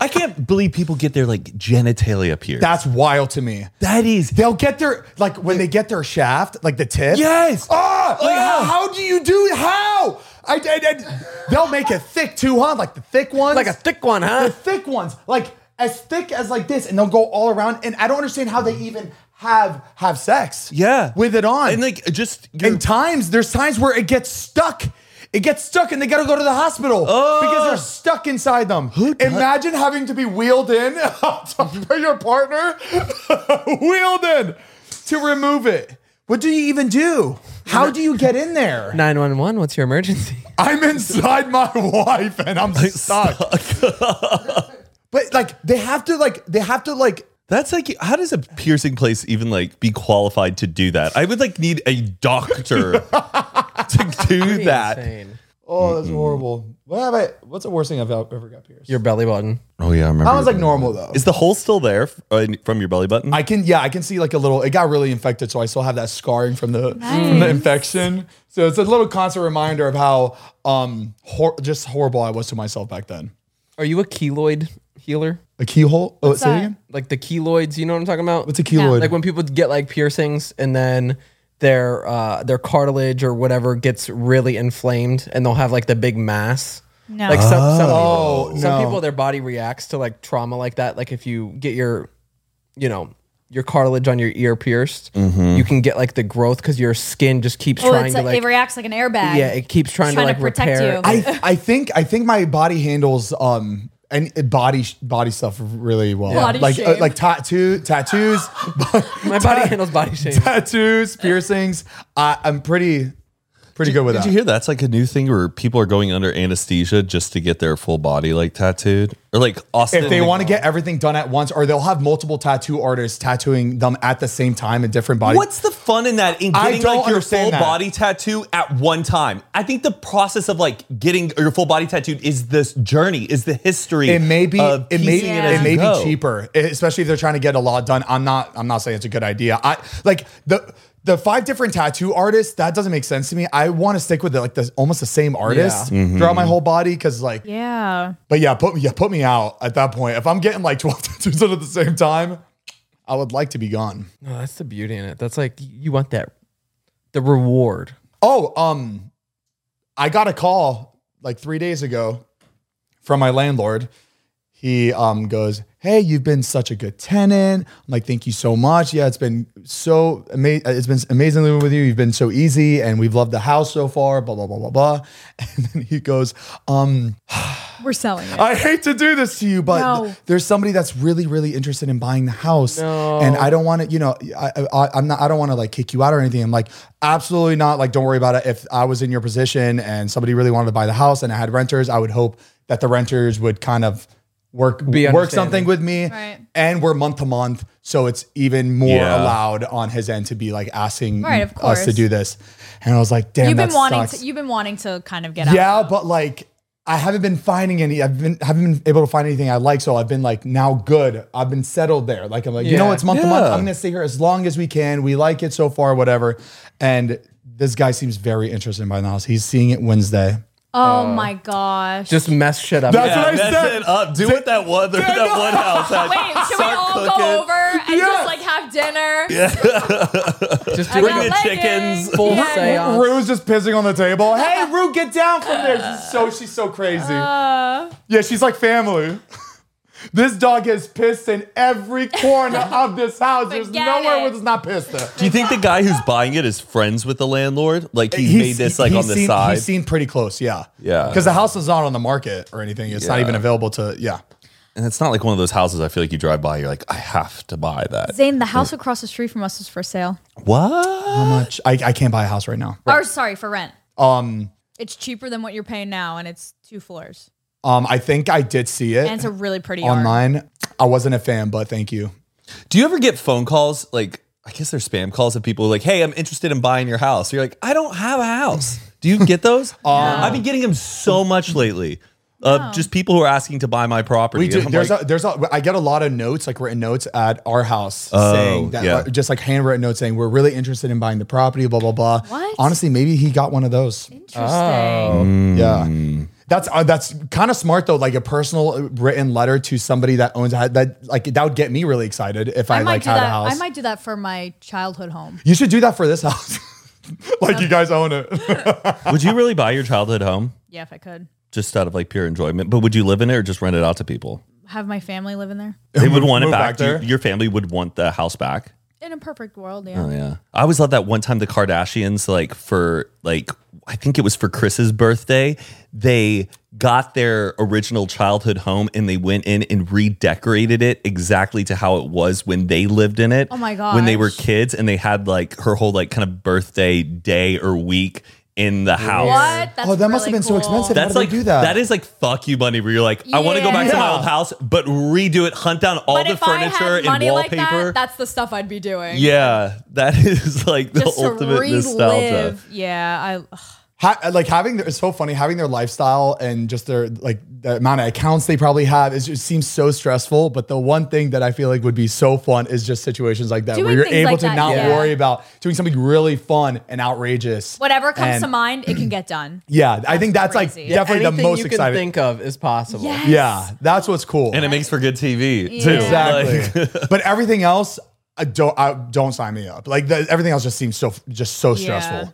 S1: I can't believe people get their like genitalia pierced.
S4: that's wild to me.
S1: that is
S4: They'll get their like when they get their shaft, like the tip.
S1: Yes.
S4: Ah, like
S1: Yeah.
S4: How, how do you do how? I, I, I- they'll make it thick too, huh? Like the thick ones,
S3: Like a thick one, huh?
S4: the thick ones, like as thick as like this, and they'll go all around. And I don't understand how they even have have sex.
S1: yeah.
S4: with it on.
S1: And like just your
S4: and times there's times where it gets stuck. It gets stuck and they gotta go to the hospital because they're stuck inside them. Imagine having to be wheeled in by your partner, wheeled in to remove it. What do you even do? How do you get in there?
S3: 911, what's your emergency?
S4: I'm inside my wife and I'm stuck. But like they have to like they have to like
S1: That's like, how does a piercing place even like be qualified to do that? I would like need a doctor to do that.
S3: Insane.
S4: oh that's horrible. What have I what's the worst thing I've ever got pierced?
S3: Your belly button.
S1: Oh yeah, I remember.
S4: That was
S1: your
S4: like
S1: belly
S4: normal
S1: button.
S4: though.
S1: Is the hole still there f- uh, from your belly button?
S4: I can, yeah, I can see like a little. It got really infected, so I still have that scarring from the from the infection. So it's a little constant reminder of how um hor- just horrible I was to myself back then.
S3: Are you a keloid healer?
S4: A keyhole. Oh, say it
S2: that?
S4: again.
S3: Like the keloids, you know what I'm talking about?
S4: What's a keloid?
S3: like when people get like piercings and then their uh their cartilage or whatever gets really inflamed and they'll have like the big mass
S2: No.
S3: like some some,
S4: Oh,
S3: people, some
S4: no.
S3: people their body reacts to like trauma like that like if you get your you know your cartilage on your ear pierced you can get like the growth because your skin just keeps
S2: Well,
S3: trying
S2: it's
S3: to
S2: like,
S3: like
S2: it reacts like an airbag.
S3: yeah it keeps trying,
S2: trying
S3: to
S2: to
S3: like
S2: protect
S3: repair
S2: you.
S4: I I think I think my body handles um and body body stuff really well.
S2: Body
S4: like uh,
S2: shape.
S4: like tattoo tattoos,
S3: my body handles body shame
S4: tattoos, piercings. I, I'm pretty pretty good with
S1: Did
S4: that.
S1: you hear that's like a new thing where people are going under anesthesia just to get their full body like tattooed or like Austin?
S4: if they want to get everything done at once, or they'll have multiple tattoo artists tattooing them at the same time in different bodies.
S1: What's the fun in that? In
S4: I
S1: getting
S4: don't
S1: like your
S4: understand
S1: full
S4: that.
S1: body tattoo at one time. I think the process of like getting your full body tattooed is this journey, is the history.
S4: It may be
S1: of
S4: it may
S1: piecing
S2: it
S4: it,
S2: as
S1: you
S4: may
S1: go.
S4: be cheaper, e, especially if they're trying to get a lot done. I'm not I'm not saying it's a good idea. I like the the five different tattoo artists that doesn't make sense to me. I want to stick with the, like the almost the same artist throughout my whole body because like
S2: Yeah.
S4: but yeah put me yeah put me out at that point if I'm getting like twelve tattoos done at the same time. I would like to be gone.
S3: no that's the beauty in it that's like you want that the reward
S4: Oh, um, I got a call like three days ago from my landlord. He um goes, "Hey, you've been such a good tenant." I'm like, "Thank you so much. Yeah, it's been so amazing. It's been amazing living with you. You've been so easy, and we've loved the house so far." Blah blah blah blah blah. And then he goes, "Um,
S2: We're selling it.
S4: I hate to do this to you, but
S2: No.
S4: th- there's somebody that's really, really interested in buying the house, and I don't want to, you know, I, I, I'm not, I don't want to like kick you out or anything. I'm like, absolutely not. Like, don't worry about it. If I was in your position and somebody really wanted to buy the house and I had renters, I would hope that the renters would kind of work
S3: Be
S4: work
S3: understanding.
S4: something with me
S2: Right.
S4: and we're month to month so it's even more
S1: Yeah.
S4: allowed on his end to be like asking
S2: Right, of
S4: us to
S2: course.
S4: do this and i was like damn
S2: you've
S4: that
S2: been wanting
S4: sucks.
S2: to, you've been wanting to kind of get out.
S4: yeah but like i haven't been finding any i've been haven't been able to find anything i like so i've been like now good i've been settled there like i'm like you know
S3: Yeah.
S4: it's month to month
S1: Yeah.
S4: i'm gonna stay here as long as we can we like it so far whatever and this guy seems very interested in my house he's seeing it wednesday
S2: Oh my gosh.
S3: Just mess shit up.
S4: That's
S1: Yeah,
S4: what I
S1: that's
S4: said.
S1: it up. Do what that one that one house had.
S2: Wait, should we
S1: Start
S2: all
S1: cooking.
S2: go over and
S4: Yes.
S2: just like have dinner?
S3: Just
S2: I
S3: do
S1: Bring
S2: got
S1: the
S2: leggings.
S1: chickens.
S3: full
S2: Yeah.
S3: seance.
S4: Rue's just pissing on the table. Hey, Rue, get down from there. She's so she's so crazy.
S2: Uh.
S4: yeah, she's like family. this dog has pissed in every corner of this house. There's
S2: Forget
S4: nowhere
S2: it.
S4: where there's not pissed at.
S1: Do you think the guy who's buying it is friends with the landlord? Like he made this like
S4: he's
S1: on the
S4: seen-
S1: side.
S4: He's seen pretty close, yeah.
S1: Yeah.
S4: Because the house is not on the market or anything. It's not
S1: Yeah.
S4: even available to, yeah.
S1: and it's not like one of those houses I feel like you drive by, you're like, I have to buy that.
S2: Zane, the house across the street from us is for sale.
S1: What?
S4: How much? I, I can't buy a house right now.
S2: Or sorry, for rent.
S4: Um,
S2: It's cheaper than what you're paying now, and it's two floors.
S4: um, I think I did see
S2: And
S4: it
S2: it's a really pretty yard.
S4: online. I wasn't a fan, but thank you.
S1: Do you ever get phone calls? Like, I guess they're spam calls of people who are like, hey, I'm interested in buying your house. You're like, I don't have a house. Do you get those? I've been getting them so much lately. Of just people who are asking to buy my property.
S4: We do.
S1: And I'm
S4: There's
S1: like,
S4: a, there's a, I get a lot of notes, like written notes at our house
S1: Oh,
S4: saying that,
S1: yeah.
S4: like, just like handwritten notes saying, we're really interested in buying the property, blah, blah, blah.
S2: What?
S4: Honestly, maybe he got one of those.
S2: Interesting.
S1: Oh.
S4: Yeah. That's, uh, that's kind of smart though. Like a personal uh, written letter to somebody that owns a, hou- that, like, that would get me really excited if I,
S2: I might
S4: like
S2: do
S4: had a
S2: that.
S4: house.
S2: I might do that for my childhood home.
S4: you should do that for this house. like you guys own it.
S1: would you really buy your childhood home
S2: Yeah, if I could
S1: just out of like pure enjoyment? But would you live in it or just rent it out to people?
S2: have my family live in there.
S1: They would want it
S4: move
S1: back.
S4: back there.
S1: You- your family would want the house back.
S2: In a perfect world, yeah.
S1: Oh, yeah. I always loved that one time the Kardashians, like for like I think it was for Chris's birthday, they got their original childhood home and they went in and redecorated it exactly to how it was when they lived in it.
S2: Oh my
S1: When they were
S2: gosh.
S1: kids and they had like her whole like kind of birthday day or week in the house.
S2: What? That's
S4: Oh, that must have
S2: really
S4: been so expensive.
S1: That's
S4: How do
S1: like
S4: they do that?
S1: That is like fuck you money. Where you're like, I want to go back to my
S4: Yeah.
S1: old house, but redo it, hunt down all
S2: But
S1: the
S2: if I
S1: furniture
S2: had
S1: and
S2: money
S1: wallpaper.
S2: like that, that's the stuff I'd be doing.
S1: Yeah, that is like the
S2: Just to
S1: ultimate
S2: relive.
S1: nostalgia.
S2: Yeah, I.
S4: ha- like having their, it's so funny having their lifestyle and just their like the amount of accounts they probably have is just seems so stressful but the one thing that i feel like would be so fun is just situations like that where
S2: Doing
S4: you're
S2: things
S4: able
S2: like
S4: to
S2: that,
S4: not
S2: yeah.
S4: worry about doing something really fun and outrageous
S2: Whatever comes
S4: And-
S2: to mind, it can get done.
S4: yeah i think that's
S2: crazy.
S4: like
S2: Yeah,
S4: definitely the
S3: Anything
S4: most
S3: you can
S4: exciting
S3: think of is possible.
S2: Yes.
S4: yeah that's what's cool
S1: And it makes for good TV too. Like,
S4: exactly but everything else I don't I, don't sign me up like the, everything else just seems so just so
S2: Yeah.
S4: stressful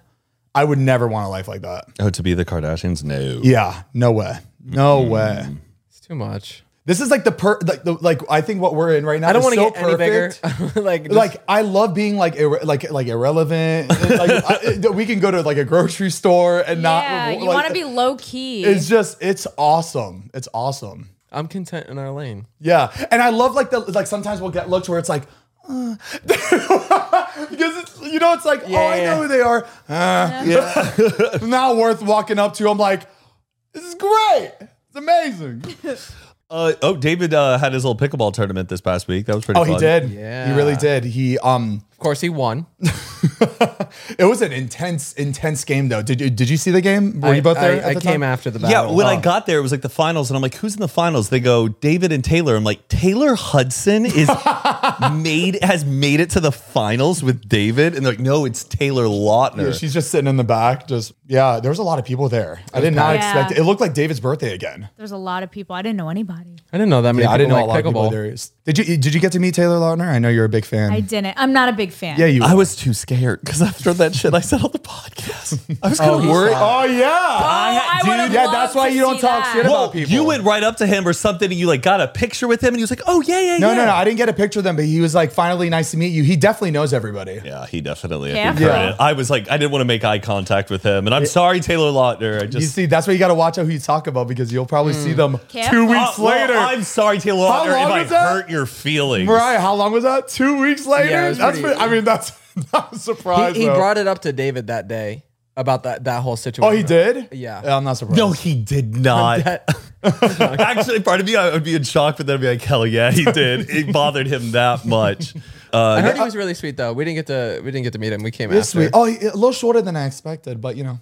S4: i would never want a life like that
S1: oh, to be the Kardashians? No.
S4: yeah no way no
S3: Mm.
S4: way
S3: It's too much.
S4: This is like the per like the like I think what we're in right now.
S3: I don't
S4: want to
S3: get any bigger. like, just-
S4: Like I love being like irre- like like irrelevant. like I, we can go to like a grocery store and not.
S2: yeah, you
S4: like,
S2: want to be low key.
S4: It's just it's awesome. It's awesome.
S3: I'm content in our lane.
S4: Yeah, and I love like the like sometimes we'll get looks where it's like. uh, because it's, you know it's like oh I
S3: Yeah.
S4: know who they are Uh, yeah. not worth walking up to I'm like this is great it's amazing
S1: Uh, oh, David uh, had his little pickleball tournament this past week. That was pretty.
S4: oh
S1: fun.
S4: he did
S3: Yeah.
S4: he really did he um
S3: Of course, he won.
S4: It was an intense, intense game though. Did you did you see the game? Were you both there?
S3: I,
S4: at
S3: I
S4: the
S3: came
S4: time?
S3: after the
S1: Yeah,
S3: battle.
S1: when
S4: oh.
S1: I got there, it was like the finals, and I'm like, "Who's in the finals?" They go, "David and Taylor." I'm like, "Taylor Hudson is made has made it to the finals with David," and they're like, "No, it's Taylor Lautner."
S4: Yeah, She's just sitting in the back. Just yeah, there was a lot of people there. I did not
S2: Yeah.
S4: expect it. It looked like David's birthday again.
S2: There's a lot of people. I didn't know anybody.
S3: I didn't know that many.
S4: Yeah, I didn't know a lot of
S3: pickleball.
S4: people there. is- Did you did you get to meet Taylor Lautner? I know you're a big fan.
S2: I didn't. I'm not a big fan.
S4: yeah, you.
S1: I was too scared because after that shit I said on the podcast, I was gonna
S4: were. Oh yeah.
S2: I,
S1: had- dude,
S2: would've
S1: yeah,
S2: loved
S4: that's why
S2: to
S4: you don't
S2: see
S4: talk
S2: that.
S4: shit about-
S1: Well,
S4: people.
S1: you went right up to him or something, and you like got a picture with him, and he was like, "Oh yeah, yeah,
S4: No,
S1: yeah."
S4: no, no. I didn't get a picture of them, but he was like, "Finally, nice to meet you." He definitely knows everybody.
S1: yeah, he definitely. I
S2: Yeah.
S1: think, heard
S4: Yeah.
S1: it. I was like, I didn't want to make eye contact with him, and I'm sorry, Taylor Lautner. I
S4: You
S1: just
S4: see, that's why you got to watch out who you talk about because you'll probably see them
S2: Mm. Can't-
S4: two
S1: Uh,
S4: weeks
S1: well,
S4: later.
S1: I'm sorry, Taylor
S4: How
S1: Lautner, if
S4: long
S1: I
S4: was that?
S1: hurt your feelings.
S4: Mariah, how long was that? Two weeks later.
S3: Yeah, it was
S4: that's.
S3: pretty-
S4: I mean, that's not a surprise.
S3: He, he
S4: though.
S3: brought it up to David that day about that that whole situation.
S4: Oh, he did?
S3: Yeah.
S4: I'm not surprised.
S1: No, he did not.
S3: That,
S1: Actually, part of me, I would be in shock, but then I'd be like, hell yeah, he did. It bothered him that much.
S3: I
S1: Uh,
S3: heard he was really sweet though. We didn't get to we didn't get to meet him. We came
S4: This
S3: after.
S4: week, oh, he- a little shorter than I expected, but you know,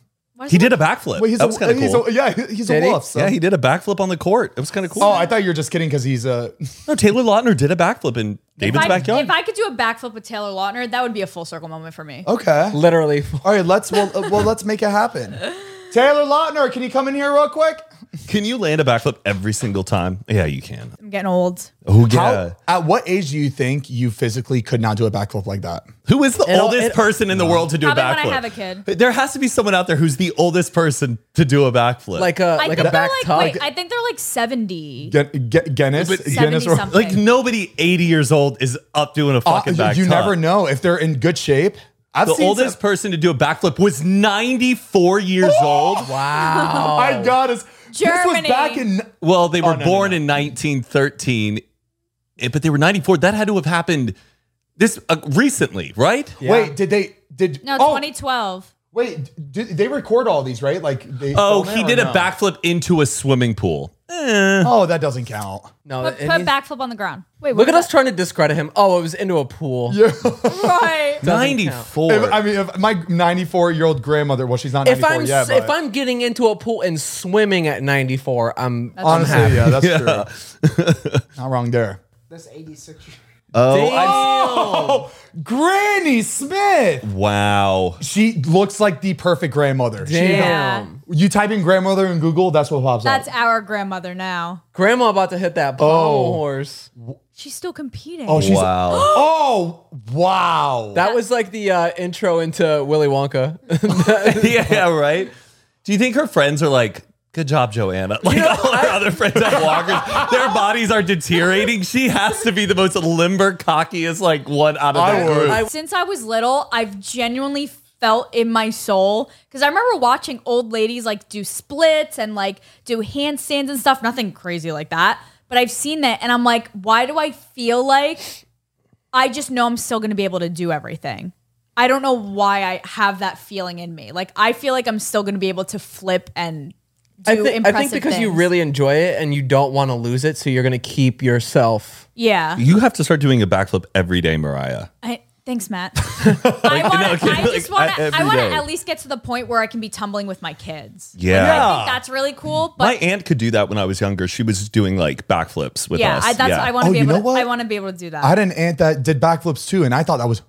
S1: he did a backflip.
S4: Wait, he's
S1: that
S4: a-
S1: was kind of
S4: he's
S1: cool.
S4: a- yeah, he- he's a
S3: Did he?
S4: wolf. So.
S1: yeah, he did a backflip on the court. It was kind of cool.
S4: oh, I thought you were just kidding because he's uh, a.
S1: no, Taylor Lautner did a backflip in
S2: If
S1: David's
S2: I,
S1: backyard.
S2: if I could do a backflip with Taylor Lautner, that would be a full circle moment for me.
S4: Okay.
S3: Literally,
S4: All right, let's well, uh, well let's make it happen. Taylor Lautner, can you come in here real quick?
S1: can you land a backflip every single time? Yeah, you can.
S2: I'm getting old.
S1: Oh, yeah.
S4: How, at what age do you think you physically could not do a backflip like that?
S1: Who is the
S3: It'll-
S1: oldest
S3: it-
S1: person in the world to do a backflip?
S2: Probably when I have a
S1: kid. There has to be someone out there who's the oldest person to do a backflip.
S3: like a
S2: I
S3: Uh, like
S2: think
S3: a back
S2: they're
S3: tug.
S2: like, wait, I think they're like 70.
S4: Gen- Ge- Guinness,
S1: But-
S4: Guinness,
S2: 70
S4: World-
S2: something.
S1: like nobody 80 years old is up doing a
S4: Uh,
S1: fucking backflip.
S4: you never know if they're in good shape. I've
S1: The
S4: seen
S1: oldest
S4: some-
S1: person to do a backflip was 94 years old.
S3: wow.
S4: my God, is this was
S2: Germany.
S4: back in
S1: Well,
S4: Oh,
S1: they were born in 1913, eh, but they were 94. That had to have happened this uh, recently, right?
S4: wait. Did they did
S2: No,
S4: oh,
S2: 2012.
S4: Wait, did they record all these right? Like they
S1: Oh,
S4: film
S1: he
S4: it or
S1: did a
S4: no?
S1: backflip into a swimming pool.
S4: Oh, that doesn't count.
S3: No,
S2: Put,
S3: it
S2: put
S3: needs-
S2: backflip on the ground. Wait,
S3: Uh, Look
S2: what
S3: at us trying to discredit him. Oh, it was into a pool. Yeah.
S2: was that? Right.
S1: 94.
S4: If- I mean, if my 94 year old grandmother. Well, she's not
S3: If
S4: 94
S3: I'm
S4: yet.
S3: s-
S4: but
S3: if I'm getting into a pool and swimming at 94, I'm
S4: honestly,
S3: unhappy.
S4: yeah, that's true. not wrong there.
S5: That's 86.
S4: Oh, Granny Smith.
S1: wow.
S4: She looks like the perfect grandmother. She-
S3: Damn.
S2: Yeah.
S4: you type in grandmother in Google, that's what pops
S2: That's
S4: up.
S2: our grandmother now.
S3: Grandma about to hit that pommel horse.
S2: She's still competing.
S4: Oh, she's
S1: Wow.
S4: Oh, wow.
S3: That was like the uh, intro into Willy Wonka.
S1: yeah, yeah, right. Do you think her friends are like, good job, Joanna? Like all her other friends at Walker's, their bodies are deteriorating. She has to be the most limber, cockiest, like one out of
S4: I
S1: the
S4: would.
S1: group.
S3: I-
S2: Since I was little, I've genuinely felt in my soul because I remember watching old ladies like do splits and like do handstands and stuff, nothing crazy like that. But I've seen that and I'm like, why do I feel like I just know I'm still going to be able to do everything? I don't know why I have that feeling in me. Like I feel like I'm still going to be able to flip and do
S3: I, think, I
S2: impressive
S3: think because you
S2: things.
S3: really enjoy it and you don't want to lose it, so you're going to keep yourself.
S2: yeah.
S1: You have to start doing a backflip every day, Mariah.
S2: I, thanks, Matt. I, wanna,
S1: okay,
S2: I just
S1: like,
S2: want
S1: I-
S2: to. I
S1: every
S2: want to
S1: day.
S2: at least get to the point where I can be tumbling with my kids.
S1: Yeah.
S2: I think that's really cool.
S1: My
S2: But
S1: aunt could do that when I was younger. She was doing like backflips with
S2: yeah,
S1: us.
S2: I, that's I want to
S4: Oh,
S2: be
S4: you
S2: able.
S4: know
S2: To,
S4: what?
S2: I want to be able to do that.
S4: I had an aunt that did backflips too, and I thought that was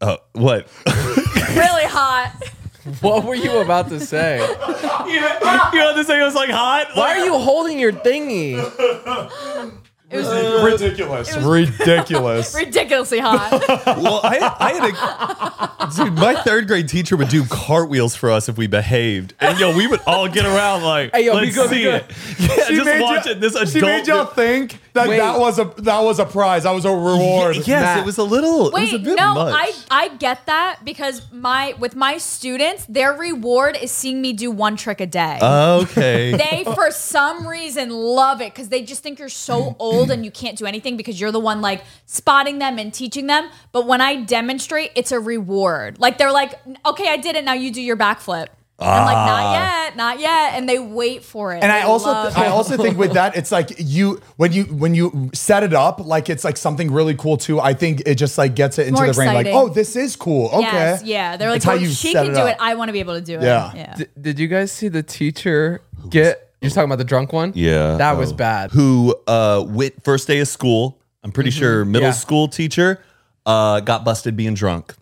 S1: Oh, what?
S2: really hot.
S3: What were you about to say?
S1: you know, this thing was like hot.
S3: Why are you holding your thingy?
S4: ridiculous. Ridiculous.
S2: Ridiculously hot.
S1: Well, I, I had a dude. My third grade teacher would do cartwheels for us if we behaved, and yo, we would all get around like,
S3: Hey, yo, be
S1: let's
S3: good, be
S1: see
S3: good."
S1: it. Yeah,
S4: She
S1: just
S4: made
S1: watching
S4: ya-
S1: this adult.
S4: She made y'all think that
S3: Wait.
S4: that was a that was a prize. That was a reward.
S1: yes,
S3: Matt.
S1: it was a little. it was a
S2: Wait,
S1: bit
S2: no,
S1: much.
S2: I I get that because my with my students, their reward is seeing me do one trick a day.
S1: Okay.
S2: they for some reason love it because they just think you're so old and you can't do anything because you're the one like spotting them and teaching them but when i demonstrate it's a reward like they're like okay i did it now you do your backflip And i'm like not yet not yet and they wait for it
S4: Ah. And I
S2: They
S4: also
S2: love
S4: I
S2: it.
S4: also think with that it's like you when you when you set it up like it's like something really cool too. I think it just like gets it into
S2: more
S4: the brain like
S2: exciting.
S4: oh this is cool. Okay.
S2: yes yeah they're like
S4: It's how
S2: "Oh,
S4: you
S2: she
S4: set
S2: can
S4: it
S2: do
S4: up.
S2: it i want to be able to do it
S4: Yeah.
S2: yeah
S3: D- did you guys see the teacher get? You're talking about the drunk one.
S1: Yeah.
S3: that was
S1: Oh.
S3: bad.
S1: Who uh wit first day of school, I'm pretty sure middle
S3: Yeah.
S1: school teacher, uh got busted being drunk.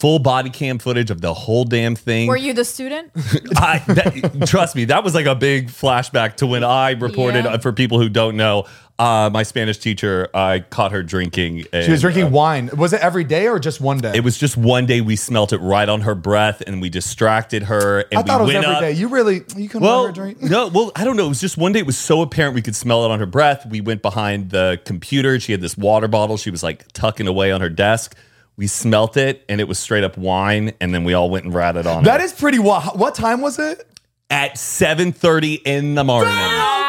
S1: Full body cam footage of the whole damn thing.
S2: were you the student
S1: I, that, trust me, that was like a big flashback to when I reported
S2: Yeah.
S1: uh, for people who don't know. Uh, my Spanish teacher, I caught her drinking. And,
S4: She was drinking wine. Was it every day or just one day?
S1: It was just one day we smelt it right on her breath, and we distracted her, and
S4: I thought it
S1: we
S4: was
S1: went
S4: every day.
S1: up.
S4: You really you couldn't
S1: Well,
S4: remember drink.
S1: no, well, I don't know. It was just one day. It was so apparent we could smell it on her breath. We went behind the computer. She had this water bottle. She was like tucking away on her desk. We smelt it, and it was straight up wine. And then we all went and ratted on
S4: That
S1: her
S4: is pretty wild. What time was it?
S1: at seven thirty in the morning.
S2: Wow.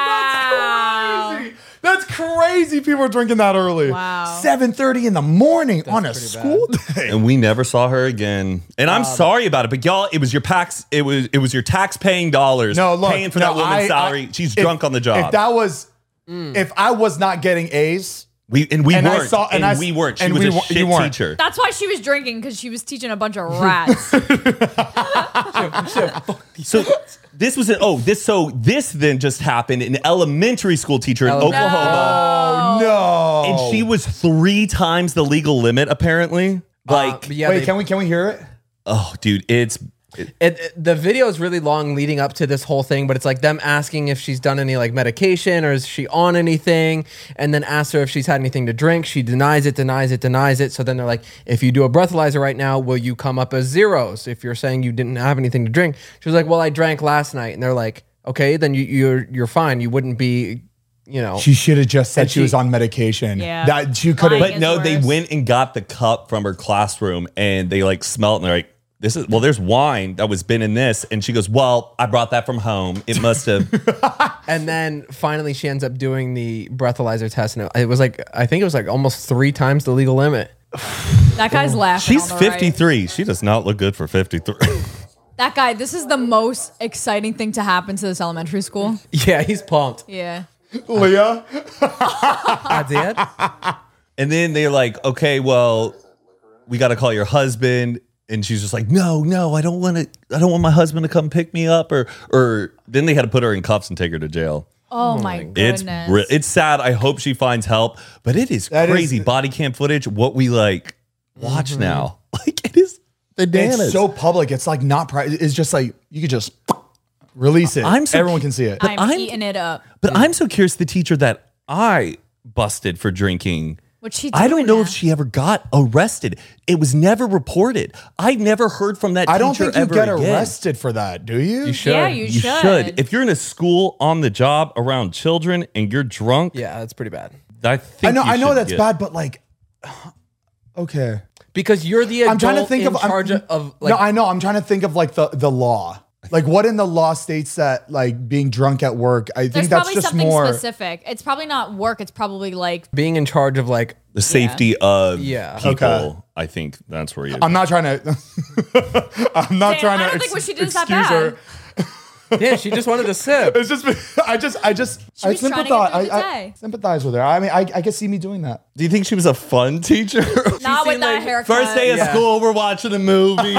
S4: Oh, That's crazy. crazy people are drinking that early.
S2: Wow.
S4: 7.30 in the morning on a
S3: pretty
S4: school day.
S1: and we never saw her again. And
S4: Um,
S1: I'm sorry about it, but y'all, it was your tax, it was it was your tax paying dollars.
S4: No, look.
S1: paying for
S4: no,
S1: that woman's
S4: I- I-
S1: salary. She's
S4: if-
S1: drunk on the job.
S4: If that was, if I was not getting A's,
S1: we and we
S4: and I
S1: weren't.
S4: saw-
S1: and
S4: and I s-
S1: we weren't. She
S4: and
S1: was
S4: we
S1: a
S4: wa- you
S1: shit
S4: weren't.
S1: teacher.
S2: That's why she was drinking because she was teaching a bunch of rats.
S1: So this was an, oh this so this then just happened an elementary school teacher in
S3: Elementary.
S1: Oklahoma,
S4: no.
S1: and she was three times the legal limit apparently. Like,
S3: Uh, yeah,
S4: Wait,
S3: they-
S4: can we can we hear it?
S1: oh, dude, it's
S3: it, it- the video is really long leading up to this whole thing, but it's like them asking if she's done any like medication or is she on anything, and then ask her if she's had anything to drink. She denies it, denies it, denies it. So then they're like, if you do a breathalyzer right now, will you come up as zeros if you're saying you didn't have anything to drink? She was like, well, I drank last night, and they're like, okay, then you, you're you're fine. You wouldn't be, you
S1: Oh.
S3: know,
S4: She should have just said
S3: And
S4: she,
S3: she-
S4: was on medication.
S2: Yeah.
S4: That she could
S2: Lying
S4: have.
S2: is
S1: But no, they
S2: worse.
S1: went and got the cup from her classroom and they like smelled it and they're like, this is well, there's wine that was been in this. And she goes, Well, I brought that from home. It must have
S3: And then finally, she ends up doing the breathalyzer test, and it was like I think it was like almost three times the legal limit.
S2: that guy's laughing.
S1: She's
S2: on the right.
S1: 53. She does not look good for 53.
S2: That guy. This is the most exciting thing to happen to this elementary school.
S3: Yeah, he's pumped.
S2: Yeah.
S4: Leah,
S3: I did.
S1: and then they're like, Okay, well, we gotta call your husband. And she's just like, No, no, I don't wanna I don't want my husband to come pick me up or or then they had to put her in cuffs and take her to jail.
S2: Oh, my
S1: It's
S2: goodness.
S1: re- it's sad. I hope she finds help, but it is
S4: That is-
S1: crazy body cam footage. What we like watch
S2: Mm-hmm.
S1: now, like it is the damage.
S4: it's so public. It's like not. Pri- it's just like you could just release it.
S1: I'm so-
S4: Everyone can see it.
S2: I'm,
S1: I'm-
S2: eating it up.
S1: but I'm so curious. The teacher that I busted for drinking.
S2: What she?
S1: I don't
S2: doing
S1: know
S2: now?
S1: if she ever got arrested. It was never reported. I never heard from that.
S4: I don't
S1: teacher
S4: think you
S1: ever
S4: get
S1: again.
S4: arrested for that, do you?
S3: You should.
S2: Yeah, you,
S1: You
S2: should.
S1: should. If you're in a school on the job around children and you're drunk,
S3: Yeah, that's pretty bad.
S1: I
S4: I
S1: think
S4: know.
S1: you
S4: I know
S1: should
S4: that's
S1: get-
S4: bad, but like, okay.
S3: Because you're the adult
S4: I'm trying to think
S3: in
S4: of I'm-
S3: charge of like.
S4: no, I know. I'm trying to think of like the the law. Like what in the law states that like being drunk at work? I think
S2: There's
S4: that's
S2: probably
S4: just
S2: something
S4: more.
S2: specific. It's probably not work. It's probably like
S3: being in charge of like
S1: The safety of
S3: Yeah.
S1: people.
S4: Okay.
S1: I think that's where you.
S4: I'm not trying to. I'm not
S2: Damn,
S4: trying
S2: I
S4: to
S2: don't think
S4: ex-
S2: what she did is that
S4: excuse
S2: bad.
S4: her.
S3: yeah she just wanted to sip
S4: It's just. I just. I just. I
S2: was trying to get
S4: sympathize.
S2: through the
S4: I, I
S2: day.
S4: sympathize with her. I mean, I, I could see me doing that.
S1: Do you think she was a fun teacher?
S2: not with
S3: seen,
S2: that
S3: like,
S2: haircut.
S1: First day of
S3: Yeah.
S1: school, we're watching a movie.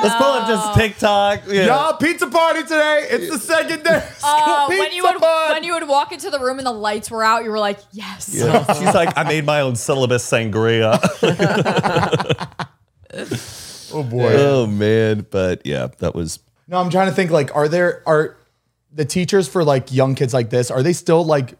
S1: Let's pull up just TikTok. Yeah.
S4: Y'all pizza party today. It's the second day. of school
S2: Oh,
S4: pizza
S2: when you would
S4: party.
S2: when you would walk into the room and the lights were out, you were like, yes.
S1: She's like, I made my own syllabus sangria.
S4: oh boy.
S1: oh man, but yeah, that was.
S4: No, I'm trying to think. Like, are there are the teachers for like young kids like this? Are they still like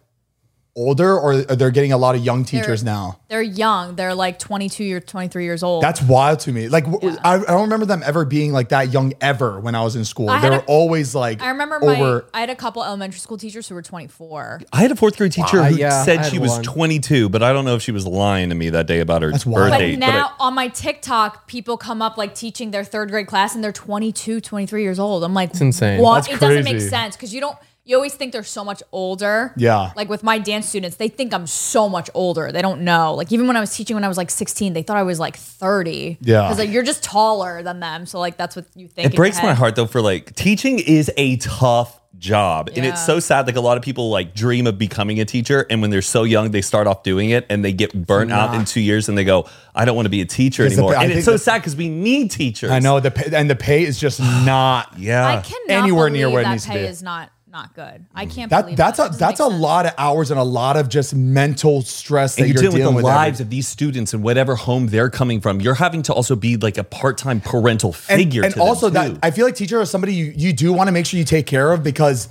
S4: older, or are they getting a lot of young teachers now?
S2: They're young. They're like 22 or 23 years old.
S4: That's wild to me. Like, w I, I don't remember them ever being like that young ever when I was in school.
S2: I
S4: they
S2: had
S4: were
S2: a-
S4: always like
S2: I remember my
S4: over.
S2: I had a couple elementary school teachers who were 24.
S1: I had a fourth grade teacher who
S3: yeah, I
S1: said
S3: had
S1: she was
S3: one.
S1: 22, but I don't know if she was lying to me that day about her
S4: That's wild.
S1: birth
S4: But
S2: But
S1: date.
S2: now on my TikTok, people come up like teaching their third grade class and they're 22, 23 years old. I'm like, it's
S3: insane.
S2: What?
S4: That's
S2: it doesn't make
S4: crazy.
S2: sense because you don't. You always think they're so much older.
S4: Yeah.
S2: Like with my dance students, they think I'm so much older. They don't know. Like even when I was teaching when I was like 16, they thought I was like 30.
S4: Yeah.
S2: Because like you're just taller than them, so like that's what you think. in
S1: It
S2: your
S1: breaks my
S2: head.
S1: heart though for like teaching is a tough job. And it's
S2: Yeah.
S1: so sad like a lot of people like dream of becoming a teacher and when they're so young they start off doing it and they get burnt out in 2 years and they go I don't want to be a teacher
S4: Because the
S1: anymore.
S4: pa- I
S1: and it's
S4: think
S1: so
S4: the-
S1: sad cuz we need teachers.
S4: I know the pay, and the pay is just not.
S2: I
S1: Yeah.
S2: cannot
S4: Anywhere near
S2: believe
S4: where it
S2: that
S4: needs to
S2: pay
S4: be.
S2: is not not good. I can't.
S4: That
S2: believe
S4: that's
S2: that.
S4: a
S2: That doesn't
S4: that's a
S2: make sense.
S4: lot of hours and a lot of just mental stress that
S1: and you're, dealing with the
S4: every-
S1: lives of these students and whatever home they're coming from. You're having to also be like a part-time parental
S4: and,
S1: figure.
S4: and
S1: to them,
S4: also that
S1: too.
S4: I feel like teacher is somebody you, you do want to make sure you take care of because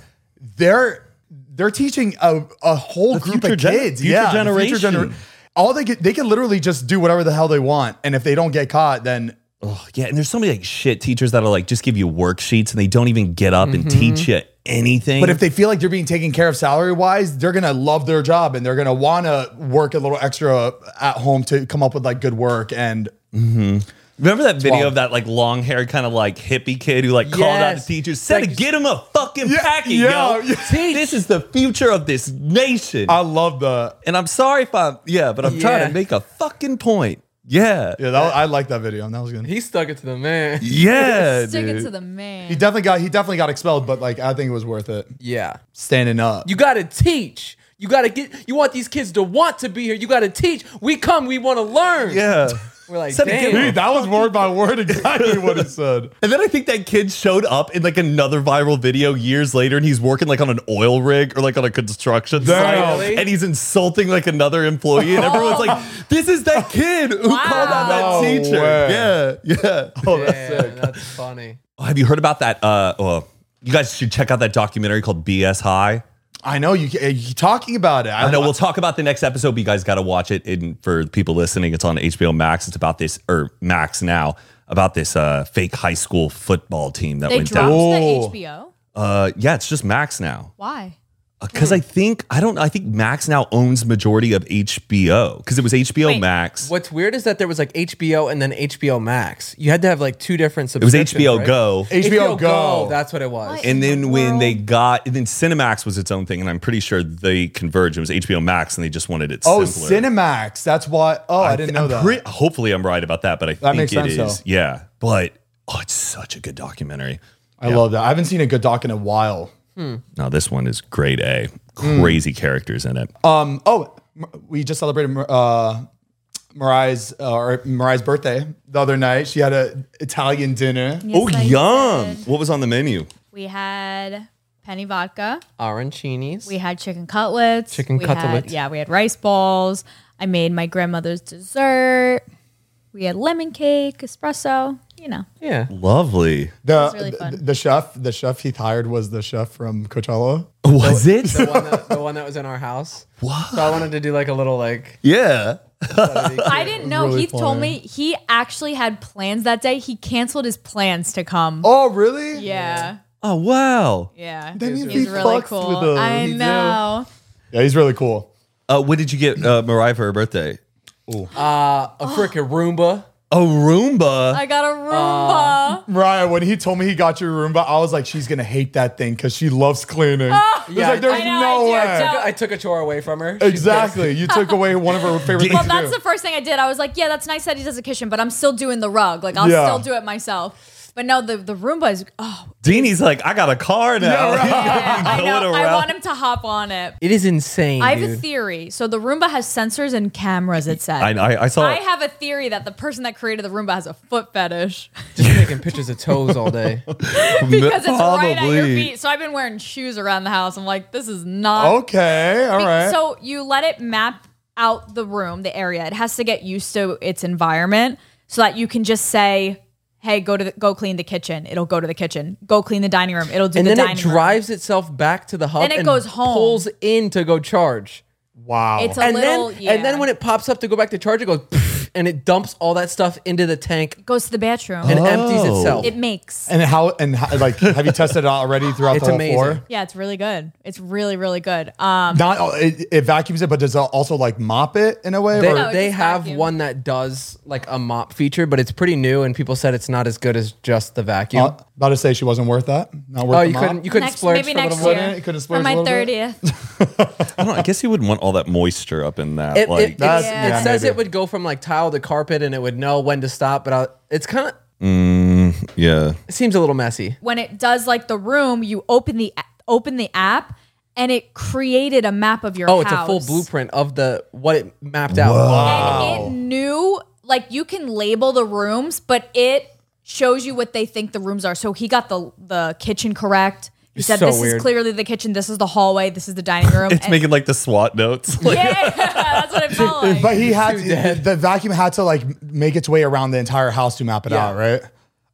S4: they're they're teaching a, a whole group
S1: future
S4: of
S1: gen-
S4: kids,
S1: future
S4: yeah, the
S1: generation.
S4: all they could they can literally just do whatever the hell they want, and if they don't get caught, then
S1: yeah, and there's so many like shit teachers that'll like just give you worksheets and they don't even get up and
S2: Mm-hmm.
S1: teach you anything.
S4: but if they feel like they're being taken care of salary wise, they're gonna love their job and they're gonna want to work a little extra at home to come up with like good work and
S1: Remember that video
S4: wild.
S1: of that like long haired kind of like hippie kid who like called out
S3: Yes.
S1: the teachers, said
S3: Like-
S1: to get him a fucking
S4: Yeah,
S1: packet,
S4: yeah,
S1: yo.
S4: yeah. Uh,
S1: This is the future of this nation.
S4: I love the
S1: and I'm sorry if I'm yeah, but I'm trying
S3: Yeah.
S1: to make a fucking point. Yeah.
S4: yeah. That, I like that video. and That was good.
S3: He stuck it to the man.
S1: Yeah.
S2: Stick it
S1: dude.
S2: to the man.
S4: He definitely got he definitely got expelled, but like I think it was worth it.
S3: Yeah.
S4: Standing up.
S3: You got to teach. You got to get, you want these kids to want to be here. You got to teach. We come, we want to learn.
S1: yeah.
S3: We're like,
S1: Said it
S3: damn.
S1: again.
S4: Dude, that was word by word exactly what he said.
S1: And then I think that kid showed up in like another viral video years later and he's working like on an oil rig or like on a construction
S4: Damn.
S1: site and he's insulting like another employee and everyone's like, this is that kid who called out that
S4: Wow. No
S1: teacher.
S4: way.
S1: Yeah. Yeah. Oh,
S3: Yeah, that's funny.
S1: Have you heard about that? Uh, well, you guys should check out that documentary called BS High.
S4: I know you eh, you talking about it.
S1: I know we'll talk about the next episode, but you guys got to watch it. And for people listening, it's on HBO Max. It's about this or Max now about this uh, fake high school football team that
S2: they
S1: went
S2: dropped
S1: down.
S4: Oh.
S2: the HBO.
S1: Uh, yeah, it's just Max now
S2: Why? Hmm.
S1: because I think I don't. I think Max now owns majority of HBO because it was HBO
S2: Wait.
S1: Max.
S3: What's weird is that there was like HBO and then HBO Max. You had to have like two different
S1: It was
S3: subscriptions.
S1: HBO
S3: right?
S1: Go.
S4: HBO, Go.
S3: That's what it was.
S2: What?
S1: And
S2: The
S1: then when they
S2: world.
S1: got, and then Cinemax was its own thing, and I'm pretty sure they converged. It was HBO Max, and they just wanted it.
S4: oh,
S1: simpler.
S4: Cinemax. That's why. Oh, I, didn't know
S1: I'm
S4: that.
S1: pre- hopefully, I'm right about that, but I think
S4: makes
S1: it is.
S4: sense, though.
S1: Yeah, but oh, it's such a good documentary.
S4: I love that. I haven't seen a good doc in a while.
S1: Now this one is grade A. Crazy characters in it.
S4: Um. Oh, Mar- we just celebrated uh, Mariah's uh, or Mariah's birthday the other night. She had a Italian dinner.
S1: oh,
S2: Yes, I
S1: yum!
S2: did.
S1: What was on the menu?
S2: We had penny vodka.
S3: Arancinis.
S2: We had chicken cutlets.
S3: Chicken
S2: we had-
S3: cutlets.
S2: yeah, we had rice balls. I made my grandmother's dessert. We had lemon cake, espresso. You know,
S3: yeah.
S1: Lovely.
S4: The,
S2: really fun.
S4: the the chef, the chef he hired was the chef from Coachella.
S1: Was it?
S3: The one, that, the one that was in our house. What? So I wanted to do like a little like.
S1: yeah.
S2: I didn't know.
S4: really
S2: he told
S4: funny.
S2: me he actually had plans that day. He canceled his plans to come.
S4: Oh, really?
S2: yeah,
S1: Oh wow.
S2: yeah.
S4: That means
S2: He's
S4: he
S2: really
S4: fucks
S2: cool.
S4: with us.
S2: I
S4: He do.
S2: know.
S4: Yeah, he's really cool.
S1: Uh, what did you get uh, Mariah for her birthday?
S3: Uh, a freaking Roomba.
S1: A Roomba.
S2: I got a Roomba.
S4: Mariah, when he told me he got your Roomba, I was like, she's gonna hate that thing because she loves cleaning. It's
S3: Yeah.
S4: like there's
S2: Oh. I know,
S4: no
S2: I do,
S4: way.
S2: I
S3: I took a chore away from her. She's
S4: Exactly. You took away one of her favorite
S2: well,
S4: things.
S2: that's
S4: to
S2: the first thing I did. I was like, yeah, that's nice that he does the kitchen, but I'm still doing the rug. Like, I'll
S4: Yeah.
S2: still do it myself. But no, the, the Roomba is, oh,
S1: Deanie's like, I got a car now.
S2: yeah, I
S1: Going
S2: know. I
S1: around.
S2: want him to hop on it.
S3: It is insane.
S2: I have a
S3: dude.
S2: theory. So the Roomba has sensors and cameras, it said.
S1: I, I, I saw.
S2: I have a theory that the person that created the Roomba has a foot fetish
S3: Just taking pictures of toes all day.
S2: because it's right at your feet. So I've been wearing shoes around the house. I'm like, this is not
S4: do. Okay, all
S2: Be-
S4: right.
S2: So you let it map out the room, the area. It has to get used to its environment so that you can just say, "Hey, go to the, go clean the kitchen." It'll go to the kitchen. Go clean the dining room. It'll do
S3: And
S2: the
S3: then it
S2: dining room.
S3: drives itself back to the hub
S2: Then it
S3: and
S2: goes home.
S3: pulls in to go charge.
S4: wow.
S2: It's a
S3: and
S2: little
S3: then
S2: yeah.
S3: and then when it pops up to go back to charge, it goes pff, and it dumps all that stuff into the tank
S2: goes to the bathroom,
S3: and empties
S1: Oh.
S3: itself.
S2: it makes.
S4: and how and how, like have you tested it out already throughout
S3: It's
S4: the whole
S3: amazing.
S4: floor?
S2: Yeah, it's really good. It's really really good. Um,
S4: Not oh, it, it vacuums it, but does it also like mop it in a way?
S3: they
S4: or-
S2: No, it
S3: they
S2: just
S3: have
S2: vacuums.
S3: one that does like a mop feature, but it's pretty new, and people said it's not as good as just the vacuum.
S4: Uh, about to say she wasn't worth that. Not worth.
S3: oh,
S4: the
S3: you
S4: mop?
S3: couldn't you couldn't
S2: next
S3: splurge
S2: maybe
S3: for a
S2: next
S3: little bit?
S2: year
S4: bit? Could've
S2: for
S4: splurged a
S2: my
S4: little bit?
S2: thirtieth.
S1: I don't. know, I guess you wouldn't want all that moisture up in that.
S3: It,
S1: like,
S3: it,
S4: That's-
S3: it's-
S2: yeah,
S3: it says
S4: maybe.
S3: it would go from like tile to carpet, and it would know when to stop. But I, it's kind of
S1: yeah.
S3: it seems a little messy.
S2: when it does like the room, you open the open the app, and it created a map of your
S3: Oh,
S2: house.
S3: it's a full blueprint of the what it mapped out.
S2: and it knew like you can label the rooms, but it shows you what they think the rooms are. So he got the the kitchen correct. He said
S3: so
S2: this
S3: weird.
S2: is clearly the kitchen, this is the hallway, this is the dining room.
S1: It's
S2: And-
S1: making like the SWAT notes. Like,
S2: yeah, that's what it felt like.
S4: But he had
S3: Too dead.
S4: to, the vacuum had to like make its way around the entire house to map it
S3: Yeah.
S4: out, right?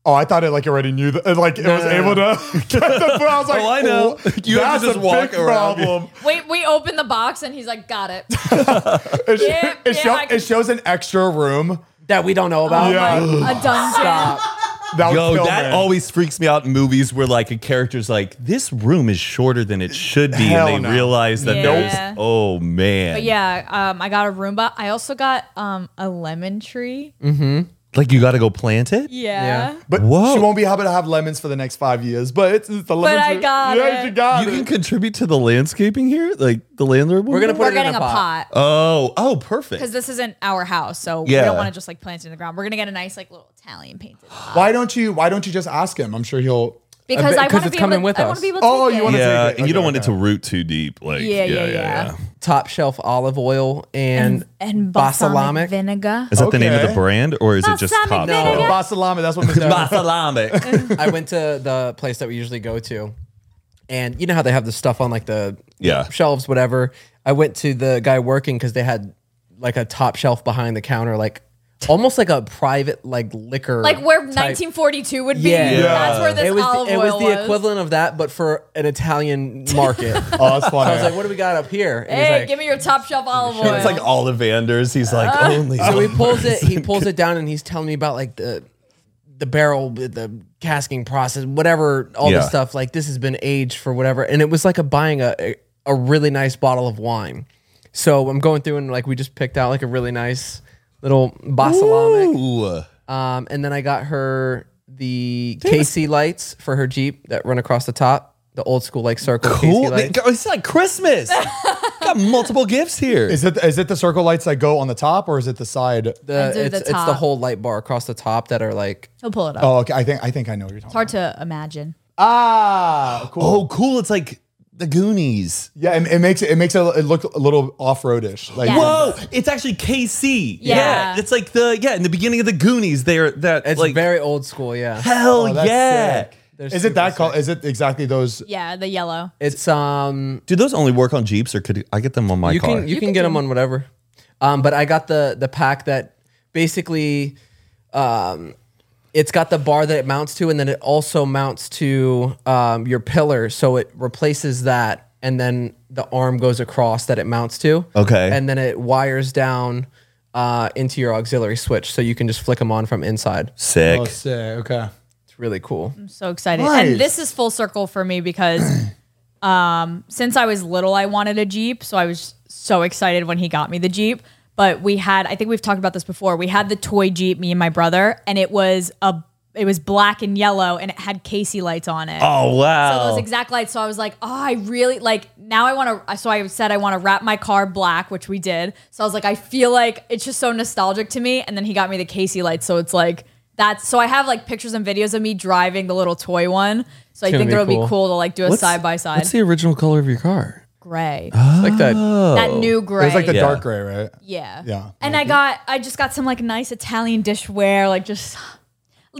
S4: Oh, I thought it like already knew that. Like it was
S3: no,
S4: able to get the. I was like,
S1: Oh, I know. You have to
S4: that's
S1: just
S4: a
S1: walk
S4: big
S1: around.
S4: problem.
S2: Wait, we opened the box and he's like, got it.
S4: It,
S2: Yeah,
S4: it
S2: yeah,
S4: show-
S2: I can-
S4: it shows an extra room.
S3: that we don't know about.
S4: Yeah.
S2: Like, a dungeon.
S4: That was
S1: Yo,
S4: filled
S1: that
S4: in.
S1: always freaks me out in movies where like a character's like, this room is shorter than it should be,
S4: Hell
S1: and they
S4: no.
S1: realize that
S2: Yeah.
S1: there's oh man.
S2: But yeah, um, I got a Roomba. I also got um, a lemon tree.
S1: Like you got to go plant it.
S2: Yeah.
S3: Yeah.
S4: But
S1: Whoa.
S4: she won't be able to have lemons for the next five years. But it's, it's the lemons.
S2: I got
S4: yeah,
S2: it.
S4: you got
S1: You
S4: it.
S1: can contribute to the landscaping here, like the landlord.
S3: We're gonna
S1: woman?
S3: put
S2: We're
S3: it in
S2: getting a pot
S1: Oh, oh,
S2: because
S1: perfect.
S2: this isn't our house, so we
S1: Yeah.
S2: don't want to just like plant it in the ground. We're gonna get a nice like little Italian painted pot.
S4: why don't you? Why don't you just ask him? I'm sure he'll.
S2: because
S3: bit-
S2: I
S3: 'cause
S2: want to
S3: it's
S2: be
S3: coming
S2: able to,
S3: with
S2: I want
S3: us.
S2: to be able to.
S4: Oh,
S2: take
S4: you
S2: it.
S4: wanna
S1: Yeah,
S4: take it.
S1: and you don't
S4: Okay,
S1: want it
S4: okay.
S1: to root too deep. Like
S2: Yeah, yeah, yeah.
S3: top shelf olive oil and
S2: and
S3: balsamic
S2: balsamic vinegar.
S1: Is that the name of the
S4: Okay.
S1: brand, or is it just
S2: Balsamic
S1: top?
S2: vinegar.
S1: shelf?
S4: Basalami. That's what Miss Erin-
S1: Balsamic.
S3: I went to the place that we usually go to, and you know how they have the stuff on like the
S1: Yeah.
S3: shelves, whatever. I went to the guy working because they had like a top shelf behind the counter, like almost like a private like liquor,
S2: Like where
S3: type-
S2: 1942 would be.
S3: Yeah.
S2: That's where this
S3: It was,
S2: olive
S3: it
S2: oil
S3: was
S2: was.
S3: the equivalent of that, but for an Italian market. I
S4: Oh, that's funny.
S3: was like, "What do we got up here?" And he's
S2: Hey,
S3: like-
S2: give me your top shelf olive oil.
S1: It's like Ollivanders. He's like only.
S3: So he pulls it. He pulls it down, and he's telling me about like the the barrel, the casking process, whatever, all
S1: Yeah.
S3: this stuff. Like this has been aged for whatever, and it was like a buying a a really nice bottle of wine. So I'm going through and like we just picked out like a really nice little balsamic,
S1: Ooh.
S3: um, and then I got her the KC lights for her Jeep that run across the top, the old school like circle
S1: Cool.
S3: KC lights.
S1: It's like Christmas. Got multiple gifts here.
S4: Is it is it the circle lights that go on the top or is it the side?
S3: The,
S2: Under the
S3: it's, it's the
S2: top.
S3: whole light bar across the top that are like
S2: He'll pull it up.
S4: oh, okay. I think I think I know what you're talking.
S2: Hard to imagine.
S4: Ah, cool.
S1: oh, cool. It's like the Goonies.
S4: Yeah, it, it makes it, it makes it, it look a little off roadish. Like oh,
S2: Yeah.
S1: Whoa! It's actually KC. Yeah.
S2: Yeah.
S1: it's like the yeah in the beginning of the Goonies. They're that
S3: it's
S1: like
S3: very old school. Yeah,
S1: hell
S4: Oh, that's
S1: yeah.
S4: sick.
S3: They're
S4: Is it that
S3: super
S4: color? Is it exactly those?
S2: Yeah, the yellow.
S3: it's um
S1: Do those only work on Jeeps, or could I get them on my
S3: you
S1: car?
S3: can you, can, get them on whatever. Um, but I got the the pack that basically, um, it's got the bar that it mounts to, and then it also mounts to um, your pillar, so it replaces that, and then the arm goes across that it mounts to.
S1: Okay.
S3: and then it wires down uh, into your auxiliary switch, so you can just flick them on from inside.
S1: Sick.
S4: Oh, sick. Okay.
S3: It's really cool.
S2: I'm so excited.
S4: Nice.
S2: And this is full circle for me because um, since I was little, I wanted a Jeep. So I was so excited when he got me the Jeep. But we had, I think we've talked about this before. We had the toy Jeep, me and my brother, and it was a, it was black and yellow, and it had Casey lights on it.
S1: Oh wow.
S2: So those exact lights. So I was like, oh, I really like now I want to. So I said I want to wrap my car black, which we did. So I was like, I feel like it's just so nostalgic to me. And then he got me the Casey lights. So it's like that's so I have like pictures and videos of me driving the little toy one. So I
S3: gonna
S2: think
S3: be
S2: that would
S3: cool.
S2: be cool to like do a
S1: What's-
S2: side by side.
S1: What's the original color of your car? Oh.
S2: Gray.
S3: It's like that.
S2: that new gray.
S4: It was like the
S1: Yeah.
S4: dark gray, right?
S2: yeah.
S4: Yeah.
S2: And I got I just got some like nice Italian dishware, like just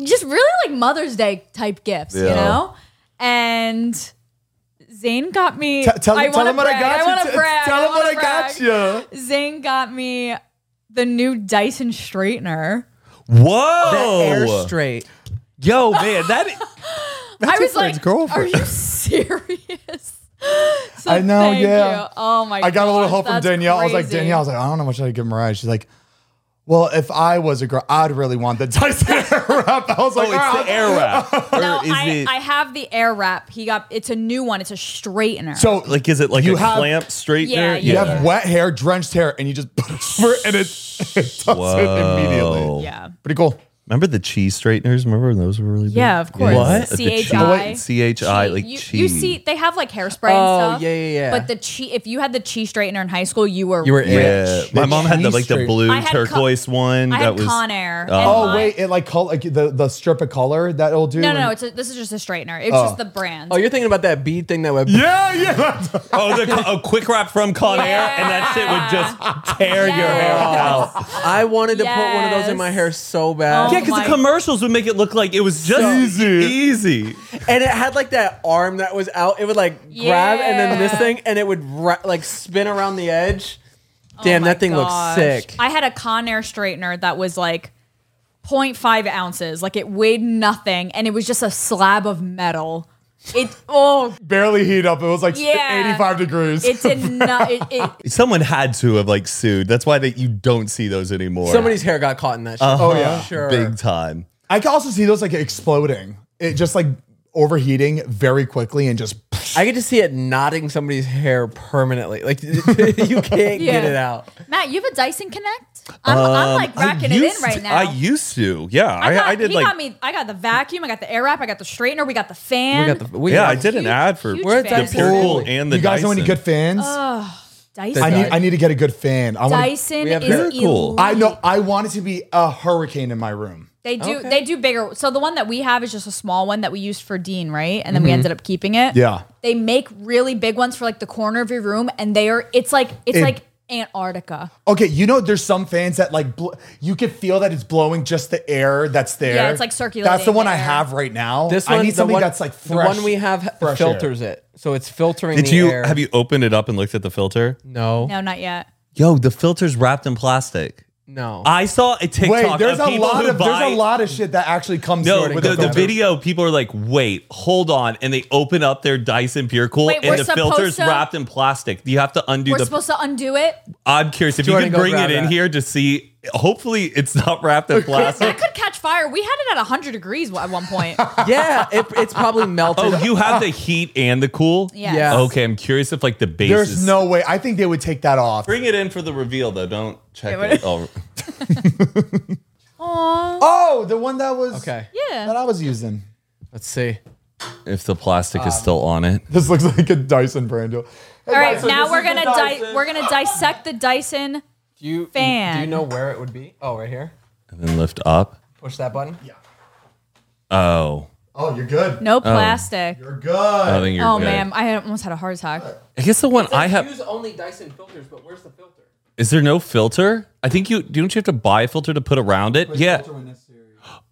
S2: just really like Mother's Day type gifts, you
S1: Yeah.
S2: know? And Zane got me.
S4: T- tell
S2: I
S4: tell
S2: wanna
S4: him what I
S2: brag,
S4: got you.
S2: I want
S4: T-
S2: to brag.
S4: Tell him what I
S2: wanna
S4: got
S2: brag.
S4: you.
S2: Zane got me the new Dyson straightener.
S1: Oh.
S3: Air
S1: Whoa.
S3: straight.
S1: Yo, man, that
S2: I was
S4: friend's
S2: like,
S4: girlfriend.
S2: "Are you serious?" So
S4: I know,
S2: thank
S4: yeah.
S2: you. Oh my!
S4: I got a little
S2: gosh,
S4: help from
S2: that's
S4: Danielle. I was like,
S2: crazy.
S4: Danielle, I was like, I don't know what should I give Mariah. She's like, Well, if I was a girl, I'd really want the Dyson wrap. I was like,
S1: oh, it's the
S4: "Ah."
S1: air wrap. Or
S2: No,
S1: is
S2: I,
S1: it
S2: I have the air wrap. He got it's a new one. It's a straightener.
S4: so
S1: like is it like
S4: you
S1: a
S4: have-
S1: clamp straightener?
S2: Yeah,
S4: you
S2: yeah.
S4: have wet hair, drenched hair, and you just put it over and it, it does
S1: Whoa.
S4: it immediately.
S1: Oh.
S2: yeah,
S4: Pretty cool.
S1: Remember the cheese straighteners? Remember when those were really big?
S2: Yeah, of course.
S1: What? Oh,
S2: CHI.
S1: C H I like
S2: you,
S1: cheese.
S2: you see, they have like hairspray
S3: Oh,
S2: and stuff.
S3: yeah, yeah, yeah.
S2: But the cheese, if you had the cheese straightener in high school, you were
S3: You were
S1: Yeah.
S3: rich.
S1: My
S4: The
S1: mom had the
S4: cheese
S1: like the
S4: straight-
S1: blue
S2: I had co-
S1: turquoise one
S2: I
S1: that
S2: had
S1: was
S2: Conair.
S1: Oh.
S4: Oh wait, it like col- like the the strip of color that it'll do.
S2: No, no,
S4: and-
S2: no. It's a, this is just a straightener. It's just the brand.
S3: Oh, you're thinking about that bead thing that went.
S4: yeah, yeah.
S1: Oh, the co- a quick wrap from Conair
S2: Yeah.
S1: and that shit would just tear your hair
S2: Yes.
S1: out.
S3: I wanted to put one of those in my
S2: Yes.
S3: hair so bad.
S1: Yeah,
S2: Oh
S1: because
S2: my-
S1: the commercials would make it look like it was just
S4: Easy.
S1: easy.
S3: And it had like that arm that was out. It would like grab and then this
S2: Yeah.
S3: thing, and it would ra- like spin around the edge. Damn,
S2: Oh my
S3: that thing
S2: gosh.
S3: looks sick.
S2: I had a Conair straightener that was like 0.5 ounces. Like it weighed nothing, and it was just a slab of metal. It oh,
S4: Barely heat up. It was like
S2: Yeah.
S4: 85 degrees.
S2: it did not. It, it,
S1: Someone had to have like sued. That's why that you don't see those anymore.
S3: Somebody's hair got caught in that. Shit.
S4: oh yeah.
S3: sure.
S1: big time.
S4: I can also see those like exploding. It just like overheating very quickly and just
S3: I could just see it knotting somebody's hair permanently. Like you can't
S2: Yeah.
S3: get it out.
S2: Matt, you have a Dyson Connect? I'm, I'm like
S1: Um, I
S2: racking it in
S1: used
S2: right
S1: to-
S2: now.
S1: I used to. Yeah,
S2: I
S1: I,
S2: got,
S1: I did
S2: he
S1: like.
S2: got me. I got the vacuum. I got the air wrap. I got the straightener. We got the fan.
S3: We got the we
S1: yeah,
S3: got
S1: I did an
S2: huge-
S1: ad for
S2: huge
S1: the
S2: We're at
S1: Pure
S2: Dyson.
S1: Cool
S3: Ooh.
S1: and the
S4: you guys know any
S1: Dyson.
S4: good fans?
S2: Dyson.
S4: I need
S3: guy.
S4: I need to get a good fan. I want.
S2: Oh. Dyson
S3: We have
S2: is
S1: Miracle.
S2: elite.
S4: I know. I want it to be a hurricane in my room.
S2: They do.
S3: Okay.
S2: They do bigger. So the one that we have is just a small one that we used for Dean, right? And then we ended up keeping it.
S4: Yeah.
S2: They make really big ones for like the corner of your room, and they are. It's like it's
S4: It-
S2: like Antarctica.
S4: Okay, you know, there's some fans that like bl- you can feel that it's blowing just the air that's there.
S2: Yeah, it's, like, circulating
S4: That's the one I
S2: air.
S4: have right now.
S3: This one,
S4: I need
S3: the
S4: something
S3: one,
S4: that's like
S3: the
S4: fresh.
S3: one we have
S4: fresh air.
S3: filters it, so it's filtering.
S1: Did
S3: the
S1: you
S3: air.
S1: have you opened it up and looked at the filter?
S3: No,
S2: No, not yet.
S1: Yo, the filter's wrapped in plastic.
S3: no.
S1: I saw a TikTok.
S4: Wait, there's
S1: of
S4: a
S1: people
S4: lot
S1: who
S4: of
S1: buy,
S4: there's a lot of shit that actually comes
S1: No,
S4: through it with
S1: the, the
S4: filter.
S1: video people are like, wait, hold on, and they open up their Dyson Pure Cool,
S2: Wait,
S1: and
S2: we're
S1: the
S2: supposed
S1: filter's
S2: to-
S1: wrapped in plastic. You have to undo
S2: We're
S1: the.
S2: supposed to undo it.
S1: I'm curious if
S3: Jordan,
S1: you
S3: go
S1: can bring
S3: grab
S1: it in
S3: that.
S1: here to see. Hopefully, it's not wrapped in
S2: That
S1: plastic.
S2: could catch fire. We had it at hundred degrees at one point.
S3: yeah, it, it's probably melted.
S1: oh, you have the heat and the cool.
S2: Yes.
S3: Yeah.
S1: Okay, I'm curious if like the base.
S4: There's
S1: is-
S4: no way. I think they would take that off.
S1: Bring it in for the reveal though. Don't check
S2: Okay,
S1: it. Oh,
S2: Aw.
S4: Oh, the one that was
S3: Okay,
S4: that
S2: Yeah.
S4: I was using.
S3: let's see.
S1: if the plastic
S2: Um,
S1: is still on it.
S4: This looks like a Dyson brand. All
S2: All right. now we're gonna di- we're gonna dissect the Dyson.
S3: Do you
S2: Fan.
S3: Do you know where it would be? Oh, right here.
S1: And then lift up.
S3: Push that button.
S1: Oh.
S4: Oh, you're good.
S2: No plastic.
S4: You're good.
S1: I think you're
S2: Oh
S1: good.
S2: man, I almost had a heart attack.
S1: I guess the one I have
S3: only Dyson filters, but where's the filter?
S1: is there no filter? I think you don't you have to buy a filter to put around it? yeah.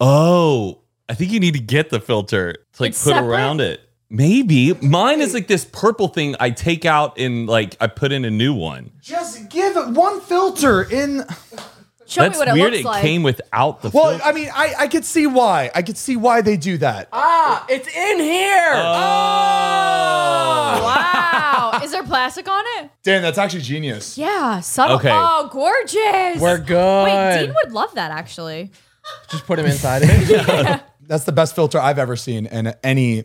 S1: Oh. I think you need to get the filter to like
S2: It's
S1: put
S2: separate?
S1: around it. Maybe. Mine is like this purple thing I take out and like I put in a new one.
S4: Just give it one filter in.
S2: Show
S1: That's
S2: me what it
S1: weird
S2: looks
S1: it
S2: like.
S1: came without the
S4: Well,
S1: filter.
S4: I mean, I, I could see why. I could see why they do that.
S3: Ah, it's in here. Oh,
S4: ah!
S1: oh.
S2: wow. Is there plastic on it?
S4: Dan, that's actually genius.
S2: Yeah, subtle.
S1: Okay.
S2: Oh, gorgeous.
S3: We're good.
S2: Wait, Dean would love that actually.
S3: Just put him inside. it.
S4: That's the best filter I've ever seen in any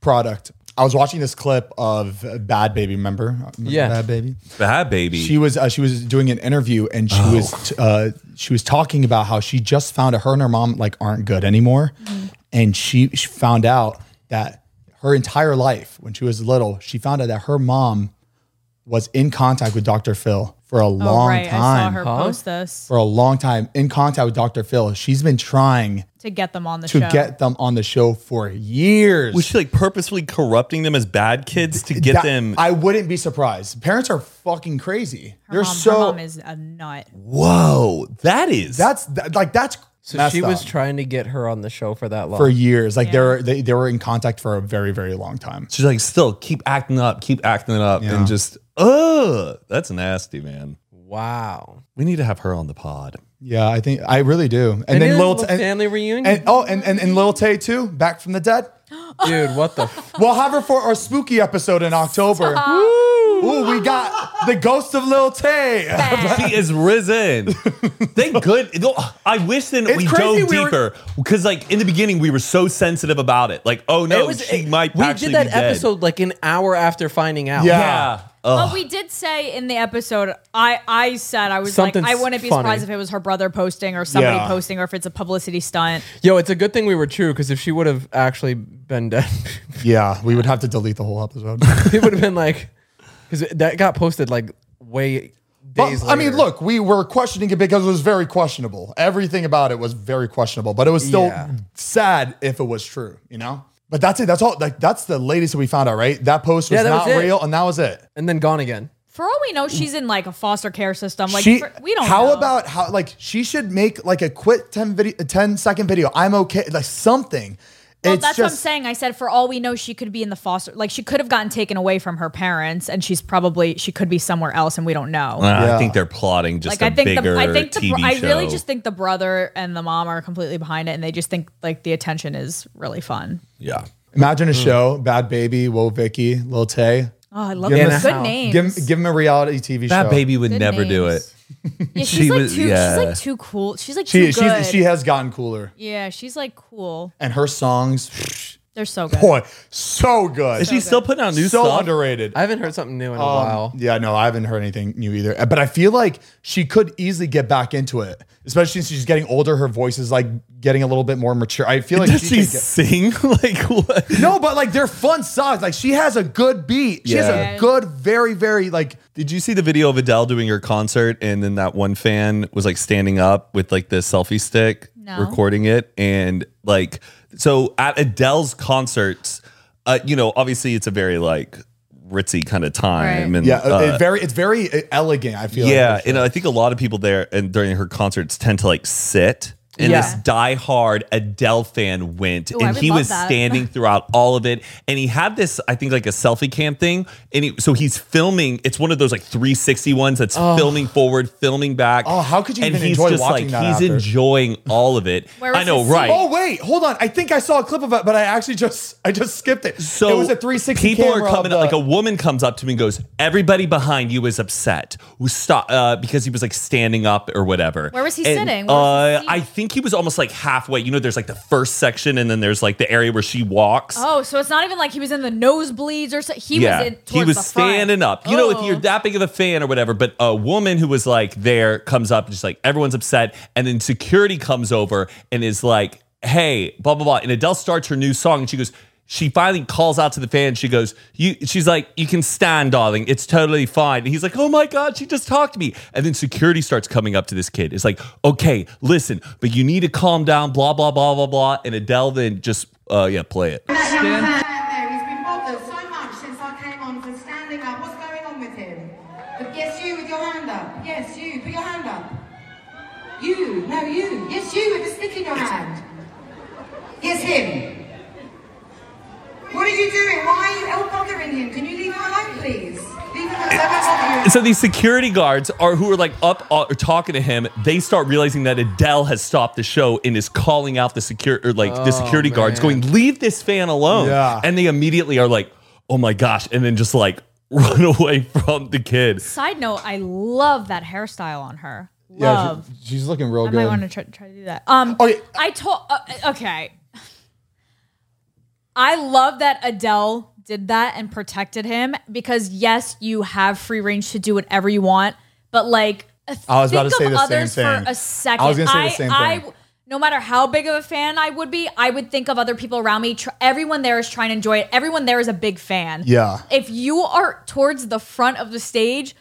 S4: product. I was watching this clip of Bad Baby. Remember?
S3: Yeah.
S4: Bad Baby.
S1: Bad baby.
S4: She was uh, she was doing an interview and she
S2: Oh.
S4: was uh, she was talking about how she just found out her and her mom like aren't good anymore,
S2: Mm-hmm.
S4: and she, she found out that her entire life when she was little she found out that her mom was in contact with Dr. Phil for a long
S2: Oh, right. I saw
S4: time.
S2: her post this
S4: For a long time, in contact with Dr. Phil, she's been trying
S2: to get them on the
S4: to
S2: show.
S4: get them on the show for years.
S1: Was she like purposefully corrupting them as bad kids to get
S4: That-
S1: them?
S4: I wouldn't be surprised. Parents are fucking crazy.
S2: her
S4: They're
S2: mom,
S4: so
S2: her mom is a nut.
S1: Whoa, that is
S4: that's that, like that's
S3: so
S4: messed
S3: she was
S4: up
S3: trying to get her on the show for that long.
S4: for years. Like they were they, they were in contact for a very very long time.
S1: She's like, still keep acting up, keep acting up,
S4: Yeah.
S1: and just ugh, that's nasty, man.
S3: wow.
S1: We need to have her on the pod.
S4: Yeah, I think I really do. And,
S3: And
S4: then
S3: then
S4: Lil
S3: little
S4: and-
S3: family reunion.
S4: and oh and and, and Lil Tay too, back from the dead.
S3: Dude, what the? F-
S4: We'll have her for our spooky episode in October. Ooh, we got the ghost of Lil Tay.
S1: She is risen. Thank good. no, I wish then
S4: It's
S1: we
S4: crazy
S1: dove
S4: we were-
S1: deeper because, like in the beginning, we were so sensitive about it. Like, oh no, she might.
S3: We
S1: actually
S3: did that
S1: be dead.
S3: episode like an hour after finding out.
S4: Yeah.
S1: Yeah. Ugh.
S2: But we did say in the episode, I, I said I was like, I
S3: Something's
S2: wouldn't be
S3: funny.
S2: surprised if it was her brother posting or somebody
S4: Yeah.
S2: posting or if it's a publicity stunt.
S3: Yo, it's a good thing we were true because if she would have actually been dead,
S4: Yeah, we would have to delete the whole episode.
S3: it would have been like because that got posted like way days.
S4: But, I mean,
S3: later.
S4: look, we were questioning it because it was very questionable. Everything about it was very questionable, but it was still
S3: Yeah.
S4: sad if it was true, you know? But that's it. That's all. Like that's the latest that we found out, right? That post was
S3: Yeah, that
S4: not
S3: was it.
S4: real, and that was it.
S3: and then gone again.
S2: For all we know, she's in like a foster care system. Like
S4: she,
S2: for- we don't.
S4: How
S2: know.
S4: about how? Like she should make like a quick 10 video, 10 second video. I'm okay. Like something.
S2: Well,
S4: it's
S2: that's
S4: just,
S2: what I'm saying. I said, for all we know, she could be in the foster. Like, she could have gotten taken away from her parents, and she's probably she could be somewhere else, and we don't know.
S1: Ah,
S4: Yeah.
S1: I think they're plotting just
S2: like,
S1: a
S2: I think
S1: bigger
S2: the I think the
S1: TV
S2: bro- I
S1: show.
S2: really just think the brother and the mom are completely behind it, and they just think like the attention is really fun.
S1: yeah.
S4: Imagine a show, Bad Baby, Whoa Vicky, Lil Tay.
S2: Oh, I love
S4: Give
S2: those
S4: him a
S2: good
S3: house.
S2: names.
S4: Give, give him a reality TV show.
S1: That baby would
S2: Good
S1: never do
S2: names.
S1: it.
S2: Yeah, she's
S1: She
S2: like
S1: was-
S2: too. She's
S1: yeah.
S2: like too cool. She's like
S4: She,
S2: too good.
S4: she's, she has gotten cooler.
S2: yeah, she's like cool.
S4: and her songs.
S2: They're so good.
S4: Boy, so good.
S1: Is she still putting out new
S4: so
S1: stuff?
S4: underrated.
S3: I haven't heard something new in a
S4: Um,
S3: while.
S4: Yeah, no, I haven't heard anything new either. But I feel like she could easily get back into it, especially since she's getting older. Her voice is like getting a little bit more mature. I feel like
S1: Does she
S4: could get-
S1: sing? like what?
S4: no, but like they're fun songs. Like she has a good beat. She
S1: Yeah.
S4: has a good, very, very like.
S1: Did you see the video of Adele doing her concert and then that one fan was like standing up with like the selfie stick
S2: No.
S1: recording it and like so at Adele's concerts uh you know obviously it's a very like ritzy kind of time
S2: Right.
S1: and
S4: Yeah,
S1: uh,
S4: it's very, it's very elegant. I feel.
S1: yeah
S4: like,
S1: and I think a lot of people there and during her concerts tend to like sit and
S3: Yeah.
S1: this diehard Adele fan went,
S2: Ooh, I
S1: and
S2: would
S1: he
S2: love
S1: was
S2: that.
S1: standing throughout all of it. And he had this, I think, like a selfie cam thing. And he, so he's filming. It's one of those like 360 ones that's filming forward, filming back.
S4: Oh, how could you
S1: And
S4: even
S1: he's
S4: enjoy
S1: just like
S4: watching that
S1: he's
S4: after?
S1: enjoying all of it.
S2: Where was
S1: I know,
S2: his seat?
S1: right?
S4: Oh wait, hold on. I think I saw a clip of it, but I actually just I just skipped it.
S1: So
S4: it was a 360
S1: People
S4: camera
S1: are
S4: of
S1: coming
S4: the-
S1: up, like a woman comes up to me and goes, "Everybody behind you is upset. We Stop!" Uh, because he was like standing up or whatever.
S2: Where was he
S1: And,
S2: sitting? Where was his
S1: uh,
S2: seat?
S1: I think he was almost like halfway. You know, there's like the first section, and then there's like the area where she walks.
S2: Oh, so it's not even like he was in the nosebleeds or so. He
S1: yeah,
S2: was in towards
S1: he was
S2: the front.
S1: standing up. You know, if
S2: Oh.
S1: you're that big of a fan or whatever, but a woman who was like there comes up and just like everyone's upset, and then security comes over and is like, "Hey, blah blah blah," and Adele starts her new song, and she goes. She finally calls out to the fan. She goes, "You." She's like, "You can stand, darling. It's totally fine." And he's like, "Oh my god, she just talked to me." And then security starts coming up to this kid. It's like, "Okay, listen, but you need to calm down." Blah blah blah blah blah. And Adele then just, uh, yeah, play it.
S5: That young man there, he's been bothered so much since I came on for standing up. What's going on with him? But yes, you with your hand up. Yes, you. Put your hand up. You. No, you. Yes, you with the stick in your hand. Yes, him. What are you doing? Why are you el- bothering him? Can you leave him alone, please? Leave him alone. Don't bother you.
S1: So these security guards are who are like up uh, talking to him. They start realizing that Adele has stopped the show and is calling out the secure or like the security guards,
S3: man.
S1: going, "Leave this fan alone!"
S4: Oh, Yeah.
S1: And they immediately are like, "Oh my gosh!" And then just like run away from the kid.
S2: Side note, I love that hairstyle on her.
S4: yeah,
S2: Love.
S4: she- she's looking real
S2: I
S4: good. Oh,
S2: might want to try, try to do that. Um,
S4: Okay.
S2: I told. Uh, okay. I love that Adele did that and protected him because yes, you have free range to do whatever you want, but like
S4: I was about to
S2: think
S4: say
S2: of
S4: the same
S2: others
S4: thing.
S2: for
S4: I
S2: a
S4: was
S2: second.
S4: gonna say the same
S2: I-
S4: thing.
S2: no matter how big of a fan I would be, I would think of other people around me. Tr- everyone there is trying to enjoy it. Everyone there is a big fan.
S4: Yeah.
S2: If you are towards the front of the stage,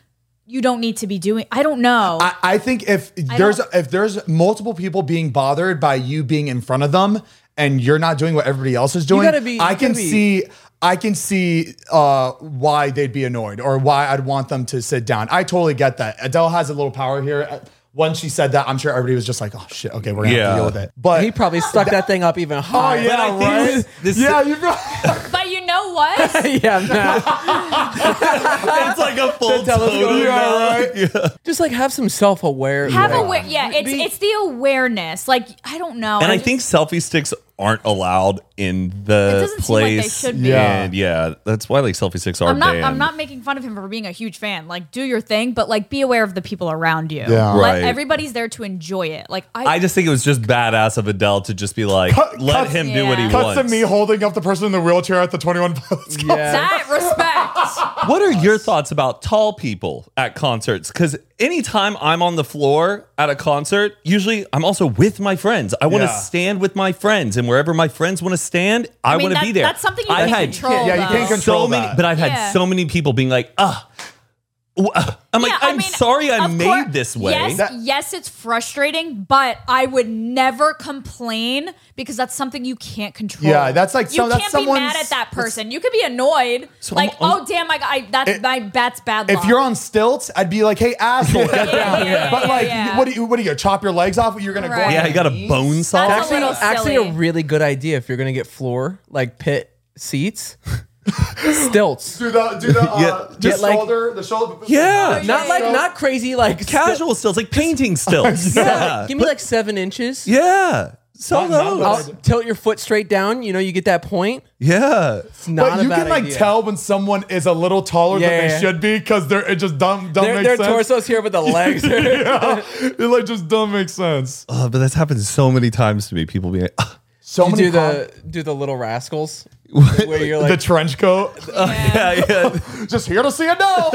S2: you don't need to be doing. I don't know.
S4: I, I think if there's
S2: don't-
S4: if there's multiple people being bothered by you being in front of them and you're not doing what everybody else is doing,
S3: gotta be- you
S4: I can
S3: gotta be-
S4: see I can see uh, why they'd be annoyed or why I'd want them to sit down. I totally get that. Adele has a little power here. Once she said that, I'm sure everybody was just like, "Oh shit, okay, we're gonna have
S1: Yeah.
S4: to deal with it." But
S3: He probably stuck that thing up even
S4: oh
S3: higher.
S1: But I
S4: yeah,
S1: think
S4: right?
S1: this-
S4: yeah, you probably.
S2: but you know what?
S3: yeah, man.
S1: That's like a full
S3: telescope,
S1: totem.
S3: you're all
S1: Yeah.
S3: Just like have some self aware.
S2: Have aware, yeah. It's
S3: Be-
S2: it's the awareness. Like I don't know,
S1: And I
S2: just-
S1: think selfie sticks aren't allowed in the
S2: It doesn't seem like they
S1: place.
S2: should be.
S4: Yeah.
S1: And yeah, that's why like selfie sticks are
S2: I'm not
S1: banned.
S2: I'm not making fun of him for being a huge fan. Like do your thing, but like be aware of the people around you.
S4: Yeah.
S2: Let-
S1: Right.
S2: everybody's there to enjoy it. Like I,
S1: I just think it was just badass of Adele to just be like,
S4: Cut-
S1: let
S4: cuts-
S1: him do what he
S2: Yeah.
S4: Cuts
S1: wants.
S4: to me holding up the person in the wheelchair at the 21 Pilots Club.
S3: yeah.
S2: that respect.
S1: What are your thoughts about tall people at concerts? Because anytime I'm on the floor at a concert, usually I'm also with my friends. I want to
S4: Yeah.
S1: stand with my friends, and wherever my friends want to stand, I,
S2: mean,
S1: want to
S2: that-
S1: be there.
S2: that's something you
S1: I've
S2: can't
S1: had
S2: control,
S4: Yeah, you can't
S2: though.
S4: control
S1: so many,
S4: that.
S1: but I've had
S2: Yeah.
S1: so many people being like, "Ah, w- ah." I'm like,
S2: Yeah, I
S1: I'm
S2: mean,
S1: sorry, I
S2: of
S1: made
S2: course-
S1: this way."
S2: Yes,
S4: That-
S2: yes, it's frustrating, but I would never complain because that's something you can't control.
S4: Yeah, that's like
S2: you
S4: some- that's
S2: can't be mad
S4: someone's-
S2: at that person. You could be annoyed,
S1: So
S2: like,
S1: I'm- I'm-
S2: oh damn, I, I that's
S4: It-
S2: my that's bad.
S4: If
S2: luck.
S4: you're on stilts, I'd be like, "Hey, asshole,
S2: Yeah,
S4: get down!"
S2: yeah,
S4: but
S2: yeah,
S4: like,
S2: yeah.
S4: what do you what do you chop your legs off? You're gonna go.
S2: Right.
S4: on
S1: yeah, you
S4: your
S1: got a
S4: knees?
S1: bone saw.
S2: That's a
S3: actually,
S2: little
S3: actually
S2: silly.
S3: a really good idea if you're gonna get floor like pit seats, stilts.
S4: Do the do the uh,
S1: Yeah.
S4: the
S3: Get, like-
S4: shoulder the shoulder.
S1: Yeah,
S3: Not like not crazy like sti-
S1: casual stills, like painting stills. yeah,
S3: Give me like seven inches.
S1: yeah. So
S4: Not- not
S1: those.
S3: I'll
S4: Good.
S3: tilt your foot straight down. You know, you get that point.
S1: Yeah.
S3: It's not
S4: But
S3: a
S4: you
S3: bad
S4: can like
S3: idea.
S4: tell when someone is a little taller
S3: Yeah,
S4: than
S3: yeah,
S4: they
S3: yeah.
S4: should be because they're it just dumb dumb
S3: their,
S4: makes
S3: their
S4: sense.
S3: torsos here, but the legs. Are,
S4: It like just dumb makes sense.
S1: Uh, but that's happened so many times to me. People being like, "Ah,
S4: So
S3: You
S4: many
S3: do
S4: con-
S3: the do the little rascals where you're like
S4: the trench coat.
S1: yeah, yeah.
S4: Just here to see a doll.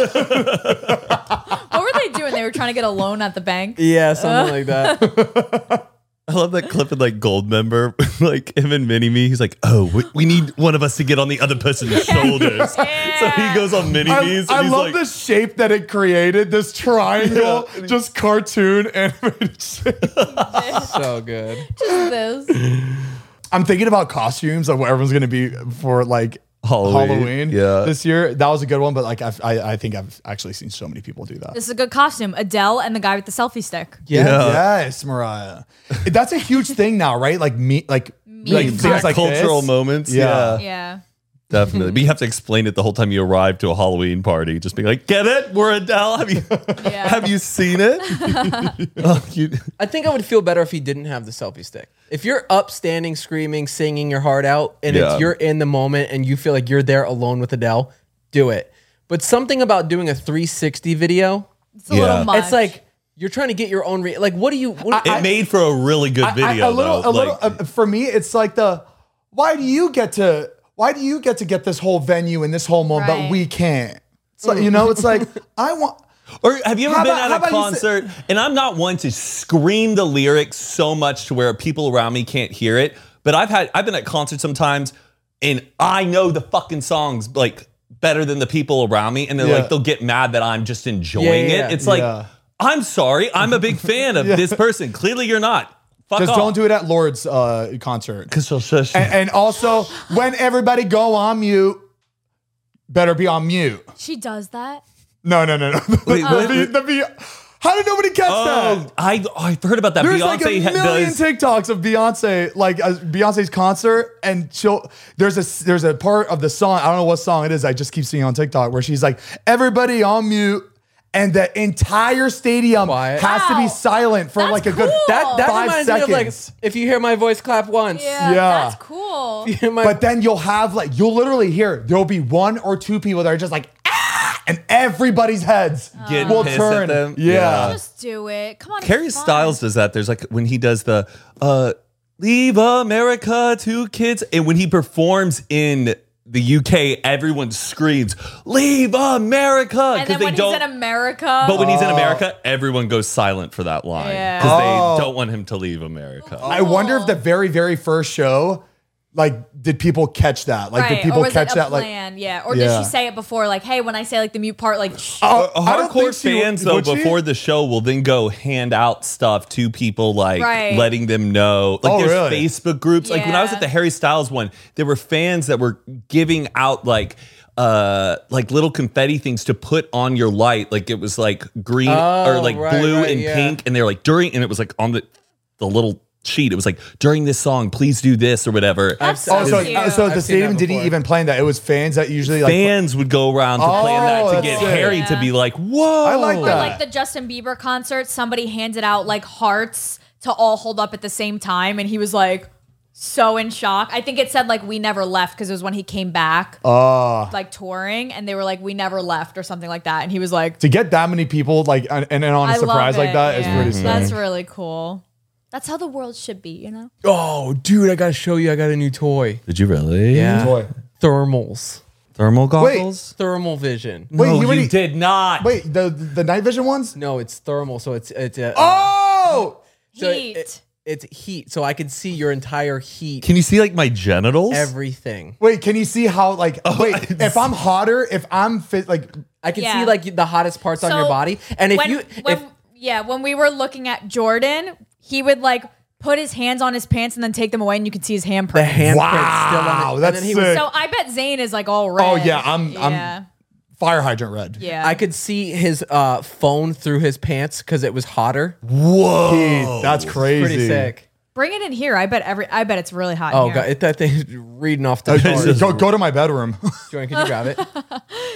S2: What were they doing? They were trying to get a loan at the bank.
S3: yeah something like that.
S1: I love that clip of like Goldmember, like him and Mini Me. He's like, "Oh, we, we need one of us to get on the other person's shoulders." So he goes on Mini
S4: I,
S1: Me's.
S4: I
S1: and he's
S4: love
S1: like,
S4: the shape that it created. This triangle, just cartoon animated. shape.
S3: so good.
S2: Just this.
S4: I'm thinking about costumes of what everyone's gonna be for like
S1: Halloween,
S4: Halloween,
S1: yeah.
S4: this year. That was a good one, but like I've, I, I think I've actually seen so many people do that.
S2: This is a good costume. Adele and the guy with the selfie stick.
S3: Yeah.
S4: Yes, Mariah. That's a huge thing now, right? Like me, like like
S2: Memes.
S4: things like
S1: cultural
S4: this.
S1: moments.
S4: Yeah.
S1: Yeah,
S2: Yeah.
S1: definitely. but you have to explain it the whole time you arrive to a Halloween party. Just being like, "Get it? We're Adele. Have you
S2: Yeah.
S1: have you seen it?" Oh, you-
S3: I think I would feel better if he didn't have the selfie stick. If you're up, standing, screaming, singing your heart out, and
S1: Yeah.
S3: it's you're in the moment and you feel like you're there alone with Adele, do it. But something about doing a 360 video,
S2: It's a little
S1: Yeah.
S2: much.
S3: it's like you're trying to get your own re- like. What do you? What,
S1: it made for a really good
S4: I- I-
S1: video.
S4: a little,
S1: though.
S4: a little.
S1: Like,
S4: uh, for me, it's like the why do you get to why do you get to get this whole venue and this whole moment,
S2: Right.
S4: but we can't. It's like you know, it's like I want.
S1: Or have you ever
S4: How
S1: been
S4: about-
S1: at a
S4: how about you say-
S1: concert? and I'm not one to scream the lyrics so much to where people around me can't hear it. But I've had I've been at concerts sometimes, and I know the fucking songs like better than the people around me, and they're
S4: Yeah.
S1: like they'll get mad that I'm just enjoying
S3: Yeah, yeah,
S1: it.
S3: yeah.
S1: It's like
S4: Yeah.
S1: I'm sorry, I'm a big fan of this person. Clearly, you're not. Fuck
S4: Just don't do it at Lord's uh, concert.
S1: Because
S4: And, and also, when everybody go on mute, better be on mute.
S2: she does that.
S4: No, no, no, no.
S1: Wait,
S4: the,
S1: what?
S4: the, the, how did nobody catch that?
S1: oh, I I've heard about that.
S4: There's
S1: Beyonce
S4: like a
S1: ha-
S4: million
S1: does-
S4: TikToks of Beyonce, like uh, Beyonce's concert, and she'll. There's a there's a part of the song. I don't know what song it is. I just keep seeing on TikTok where she's like, "Everybody on mute," and the entire stadium
S3: Quiet.
S4: has to
S2: Wow.
S4: be silent for
S2: That's
S4: like a good
S2: cool.
S3: that that
S4: five
S3: reminds
S4: seconds.
S3: me of like if you hear my voice, clap once.
S2: Yeah.
S4: Yeah.
S2: That's cool.
S3: You hear my-
S4: but then you'll have like you'll literally hear there'll be one or two people that are just like ah, and everybody's heads
S1: Getting
S4: will
S1: pissed at
S4: turn.
S1: them.
S4: Yeah.
S2: Just do it. Come on.
S1: Harry
S2: it's fun.
S1: Styles does that. There's like when he does the uh Leave America to kids and when he performs in the UK, everyone screams, Leave America
S2: And
S1: because
S2: then
S1: they
S2: when
S1: don't
S2: he's in America.
S1: but when he's in America, everyone goes silent for that line
S2: Yeah. Oh.
S1: because
S4: Oh.
S1: they don't want him to leave America.
S4: I wonder if the very very first show, like, did people catch that? Like, did
S2: Right.
S4: people
S2: or was
S4: catch
S2: it a
S4: that? Like,
S2: plan? yeah. Or
S4: Yeah.
S2: did she say it before? Like, hey, when I say like the mute part, like, shh.
S4: Oh, I don't think
S1: Uh, Hardcore
S4: she would-
S1: fans, though,
S4: would she?
S1: before the show, will then go hand out stuff to people, like
S2: Right.
S1: letting them know. Like
S4: Oh,
S1: there's
S4: really?
S1: Facebook groups. Like when I was
S2: Yeah.
S1: at the Harry Styles one, there were fans that were giving out like uh like little confetti things to put on your light. Like it was like green or
S3: Oh,
S1: like
S3: right,
S1: blue
S3: right,
S1: and
S3: yeah.
S1: pink, and they're like during, and it was like on the the little sheet. It was like during this song, please do this or whatever.
S2: that's so
S4: Oh, so,
S2: cute.
S4: uh, so
S3: I've
S4: the
S3: seen
S4: stadium
S3: that
S4: didn't
S3: before.
S4: even plan that. It was fans that usually like.
S1: fans would go around to plan
S4: Oh,
S1: that to
S4: that's
S1: get
S4: sick.
S1: Harry to
S2: Yeah.
S1: be like, whoa,
S4: I like
S2: or
S4: that.
S2: like the Justin Bieber concert, somebody handed out like hearts to all hold up at the same time, and he was like so in shock. I think it said like we never left because it was when he came back,
S4: Ah.
S2: like touring, and they were like we never left or something like that, and he was like,
S4: to get that many people like and, and on a
S2: I
S4: surprise
S2: love
S4: like that is
S2: yeah.
S4: pretty sick.
S2: That's really cool. That's how the world should be, you know.
S3: oh, dude, I gotta show you. I got a new toy.
S1: Did you really?
S2: Mm-hmm.
S4: Toy.
S3: Thermals,
S1: Thermal
S4: Wait.
S1: goggles?
S3: thermal vision.
S4: Wait,
S1: no,
S4: you
S1: you
S4: already-
S1: did not.
S4: Wait, the the night vision ones?
S3: No, it's thermal, so it's it's uh,
S4: Oh,
S3: so it-
S2: Heat.
S3: it- it's heat, so I can see your entire heat,
S1: Can you see like my genitals?
S3: everything.
S4: wait, can you see how like
S1: Oh,
S4: wait? if I'm hotter, if I'm fit, like
S3: I can
S2: Yeah.
S3: see like the hottest parts on your
S2: So,
S3: body, and if
S2: when,
S3: you
S2: when,
S3: if,
S2: yeah, when we were looking at Jordan, he would like put his hands on his pants and then take them away, and you could see his handprint.
S3: the handprint still
S4: Wow,
S3: on it,
S4: that's
S3: and then he
S4: sick.
S3: was,
S2: so I bet Zayn is like all red.
S4: Oh, yeah, I'm- I'm-
S2: yeah.
S4: fire hydrant red.
S2: Yeah.
S3: I could see his uh, phone through his pants because it was hotter.
S4: Whoa, Oh, that's crazy.
S3: Pretty sick.
S2: Bring it in here. I bet every. I bet it's really hot.
S3: Oh
S2: in
S3: god,
S2: here.
S3: it, that thing is reading off the
S4: Okay,
S3: charts.
S4: go, go to my bedroom.
S3: Jordan, can you grab it?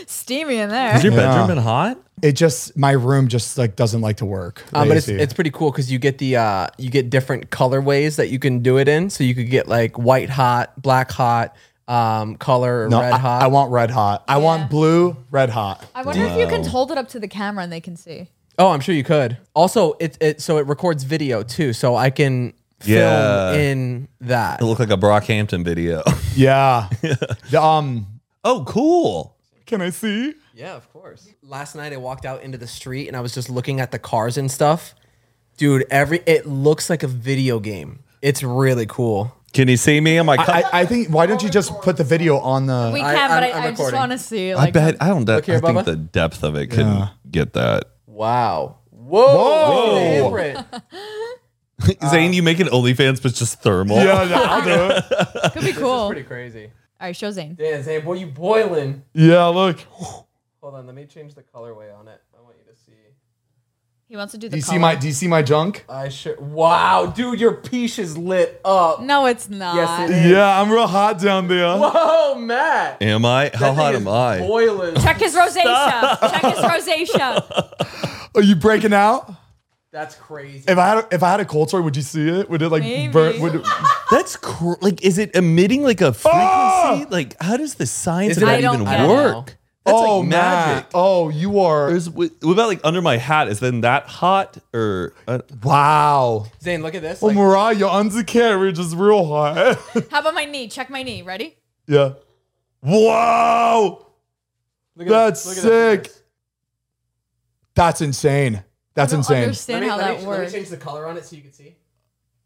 S2: steamy in
S1: Has
S2: there.
S1: your bedroom been hot?
S4: It just my room just like doesn't like to work.
S3: Um, but it's,
S4: Lazy.
S3: it's pretty cool because you get the uh, you get different colorways that you can do it in. So you could get like white hot, black hot, um, color, or
S4: no,
S3: red
S4: I,
S3: hot.
S4: I want red hot. I want blue, red hot.
S2: I wonder if you can hold it up to the camera and they can see.
S3: oh, I'm sure you could. Also, it it so it records video too, so I can
S1: Yeah.
S3: film in that.
S1: It looked like a Brockhampton video.
S4: Yeah. The, um.
S1: oh, cool.
S4: Can I see?
S3: Yeah, of course. Last night I walked out into the street and I was just looking at the cars and stuff. Dude, every it looks like a video game. It's really cool.
S1: Can you see me? Am I?
S4: I, I think. Why don't you just put the video on the?
S2: We
S3: I-
S2: can, but
S3: I'm-
S2: I,
S3: I'm
S2: I just
S3: recording.
S2: want to see.
S1: I
S2: Like,
S1: bet I don't.
S3: Look here,
S1: I think
S3: Bubba.
S1: the depth of it can get that.
S3: Wow. Whoa.
S1: Whoa.
S3: Favorite.
S1: Zane, you making OnlyFans, but just thermal.
S4: Uh, yeah, no, I'll do it.
S2: could be cool.
S3: Pretty crazy.
S2: All right, show Zane.
S3: Yeah, Zane, boy, you boiling.
S4: Yeah, look.
S3: Hold on, let me change the colorway on it. I want you to see.
S2: He wants to do the.
S4: Do you see
S2: color.
S4: my? Do you see my junk?
S3: I sure. Wow, dude, your peach is lit up.
S2: No, it's not.
S3: Yes, it is.
S4: Yeah, I'm real hot down there.
S3: Whoa, Matt.
S1: Am I? How
S3: That thing
S1: hot
S3: is
S1: am I?
S3: Boiling.
S2: Check his rosacea. Check his rosacea.
S4: Are you breaking out?
S3: That's crazy.
S4: If I had a, if I had a cold sore, would you see it? Would it like
S2: Maybe.
S4: burn? Would it,
S1: That's cr- like, is it emitting like a frequency?
S4: Ah!
S1: Like, how does the science
S3: Is
S1: of
S3: it-
S1: that
S2: I don't
S1: even
S2: get it.
S1: work? That's
S4: oh,
S1: like
S4: Matt.
S1: magic.
S4: Oh, you are.
S1: There's what what about like under my hat? Is then that hot or uh,
S4: Wow.
S3: Zane, look at this.
S4: Oh,
S3: like-
S4: Mariah, your undercarriage is real hot.
S2: How about my knee? Check my knee. Ready?
S4: yeah. Wow.
S3: look at
S4: That's
S3: this, look at
S4: sick.
S3: this.
S4: That's insane. That's
S2: I don't
S4: insane.
S2: understand how that works.
S3: the color on it so you can see.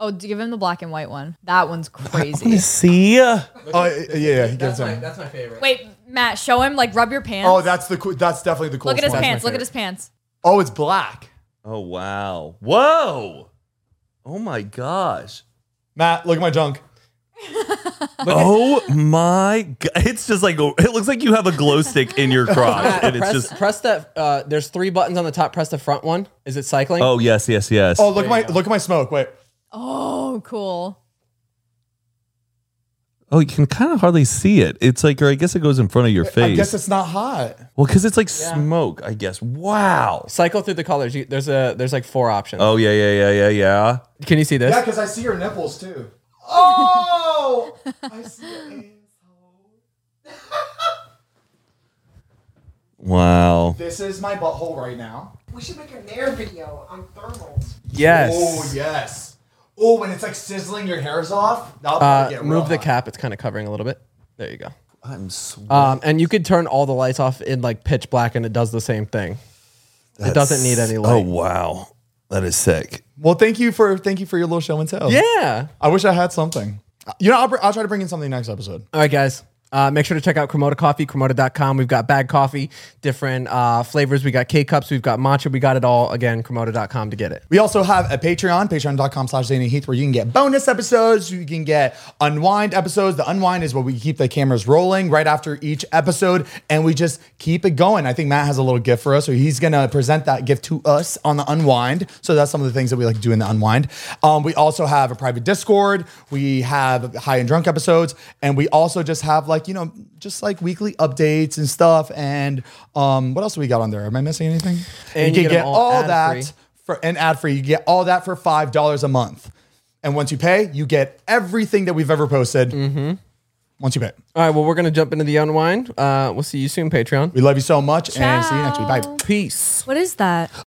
S2: Oh, d- give him the black and white one. That one's crazy.
S1: see ya?
S4: Oh, yeah, yeah, yeah, he gets him.
S3: that's my favorite.
S2: Wait, Matt, show him. Like, rub your pants.
S4: Oh, that's the cool. That's definitely the coolest.
S2: Look at his
S4: one.
S2: pants. Look at his pants.
S4: Oh, it's black.
S1: Oh wow! Whoa! Oh my gosh!
S4: Matt, look at my junk.
S1: Oh my! God. It's just like it looks like you have a glow stick in your
S2: uh,
S1: crotch, and it's
S3: press,
S1: just
S3: press that. Uh, there's three buttons on the top. Press the front one. Is it cycling?
S1: oh yes, yes, yes.
S4: Oh, look at my look at my smoke. Wait.
S2: Oh, cool.
S1: Oh, you can kind of hardly see it. It's like, or I guess it goes in front of your
S4: I guess
S1: face.
S4: it's not hot.
S1: Well, because it's like smoke. I guess. Wow.
S3: Cycle through the colors. You, there's a there's like four options.
S1: Oh yeah, yeah, yeah, yeah, yeah.
S3: Can you see this?
S4: Yeah, because I see your nipples too. Oh, I see your asshole.
S1: Wow.
S4: This is my butthole right now.
S7: We should make a Nair video on thermals.
S3: Yes.
S4: Oh yes. Oh, and it's like sizzling your hairs off. That'll
S3: Uh,
S4: probably get real
S3: move the
S4: hot.
S3: cap. It's kind of covering a little bit. There you go.
S1: I'm sw-
S3: Um, and you could turn all the lights off in like pitch black, and it does the same thing. it doesn't need any
S1: oh
S3: light.
S1: wow, that is sick.
S4: Well, thank you for thank you for your little show and tell.
S3: Yeah.
S4: I wish I had something. You know, I'll, br- I'll try to bring in something next episode.
S3: All right, guys. Uh, make sure to check out Cremota Coffee, Cremota.com. We've got bag coffee, different uh, flavors. We got K cups, we've got matcha, we got it all. Again, Cremota.com to get it.
S4: We also have a Patreon, patreon.com slash Zane and Heath, where you can get bonus episodes. You can get unwind episodes. The unwind is where we keep the cameras rolling right after each episode and we just keep it going. I think Matt has a little gift for us, so he's going to present that gift to us on the unwind. So that's some of the things that we like to do in the unwind. Um, we also have a private Discord. We have high and drunk episodes. And we also just have like, you know, just like weekly updates and stuff. And um, what else do we got on there? Am I missing anything?
S3: And
S4: you
S3: you
S4: can
S3: get
S4: get
S3: them all
S4: all
S3: ad-free.
S4: that for and ad free. You get all that for five dollars a month, and once you pay, you get everything that we've ever posted. Once you pay,
S3: All right, well, we're going to jump into the unwind. Uh, we'll see you soon, Patreon.
S4: we love you so much, and see you next week. Bye.
S2: Ciao.
S3: Peace.
S2: What is that?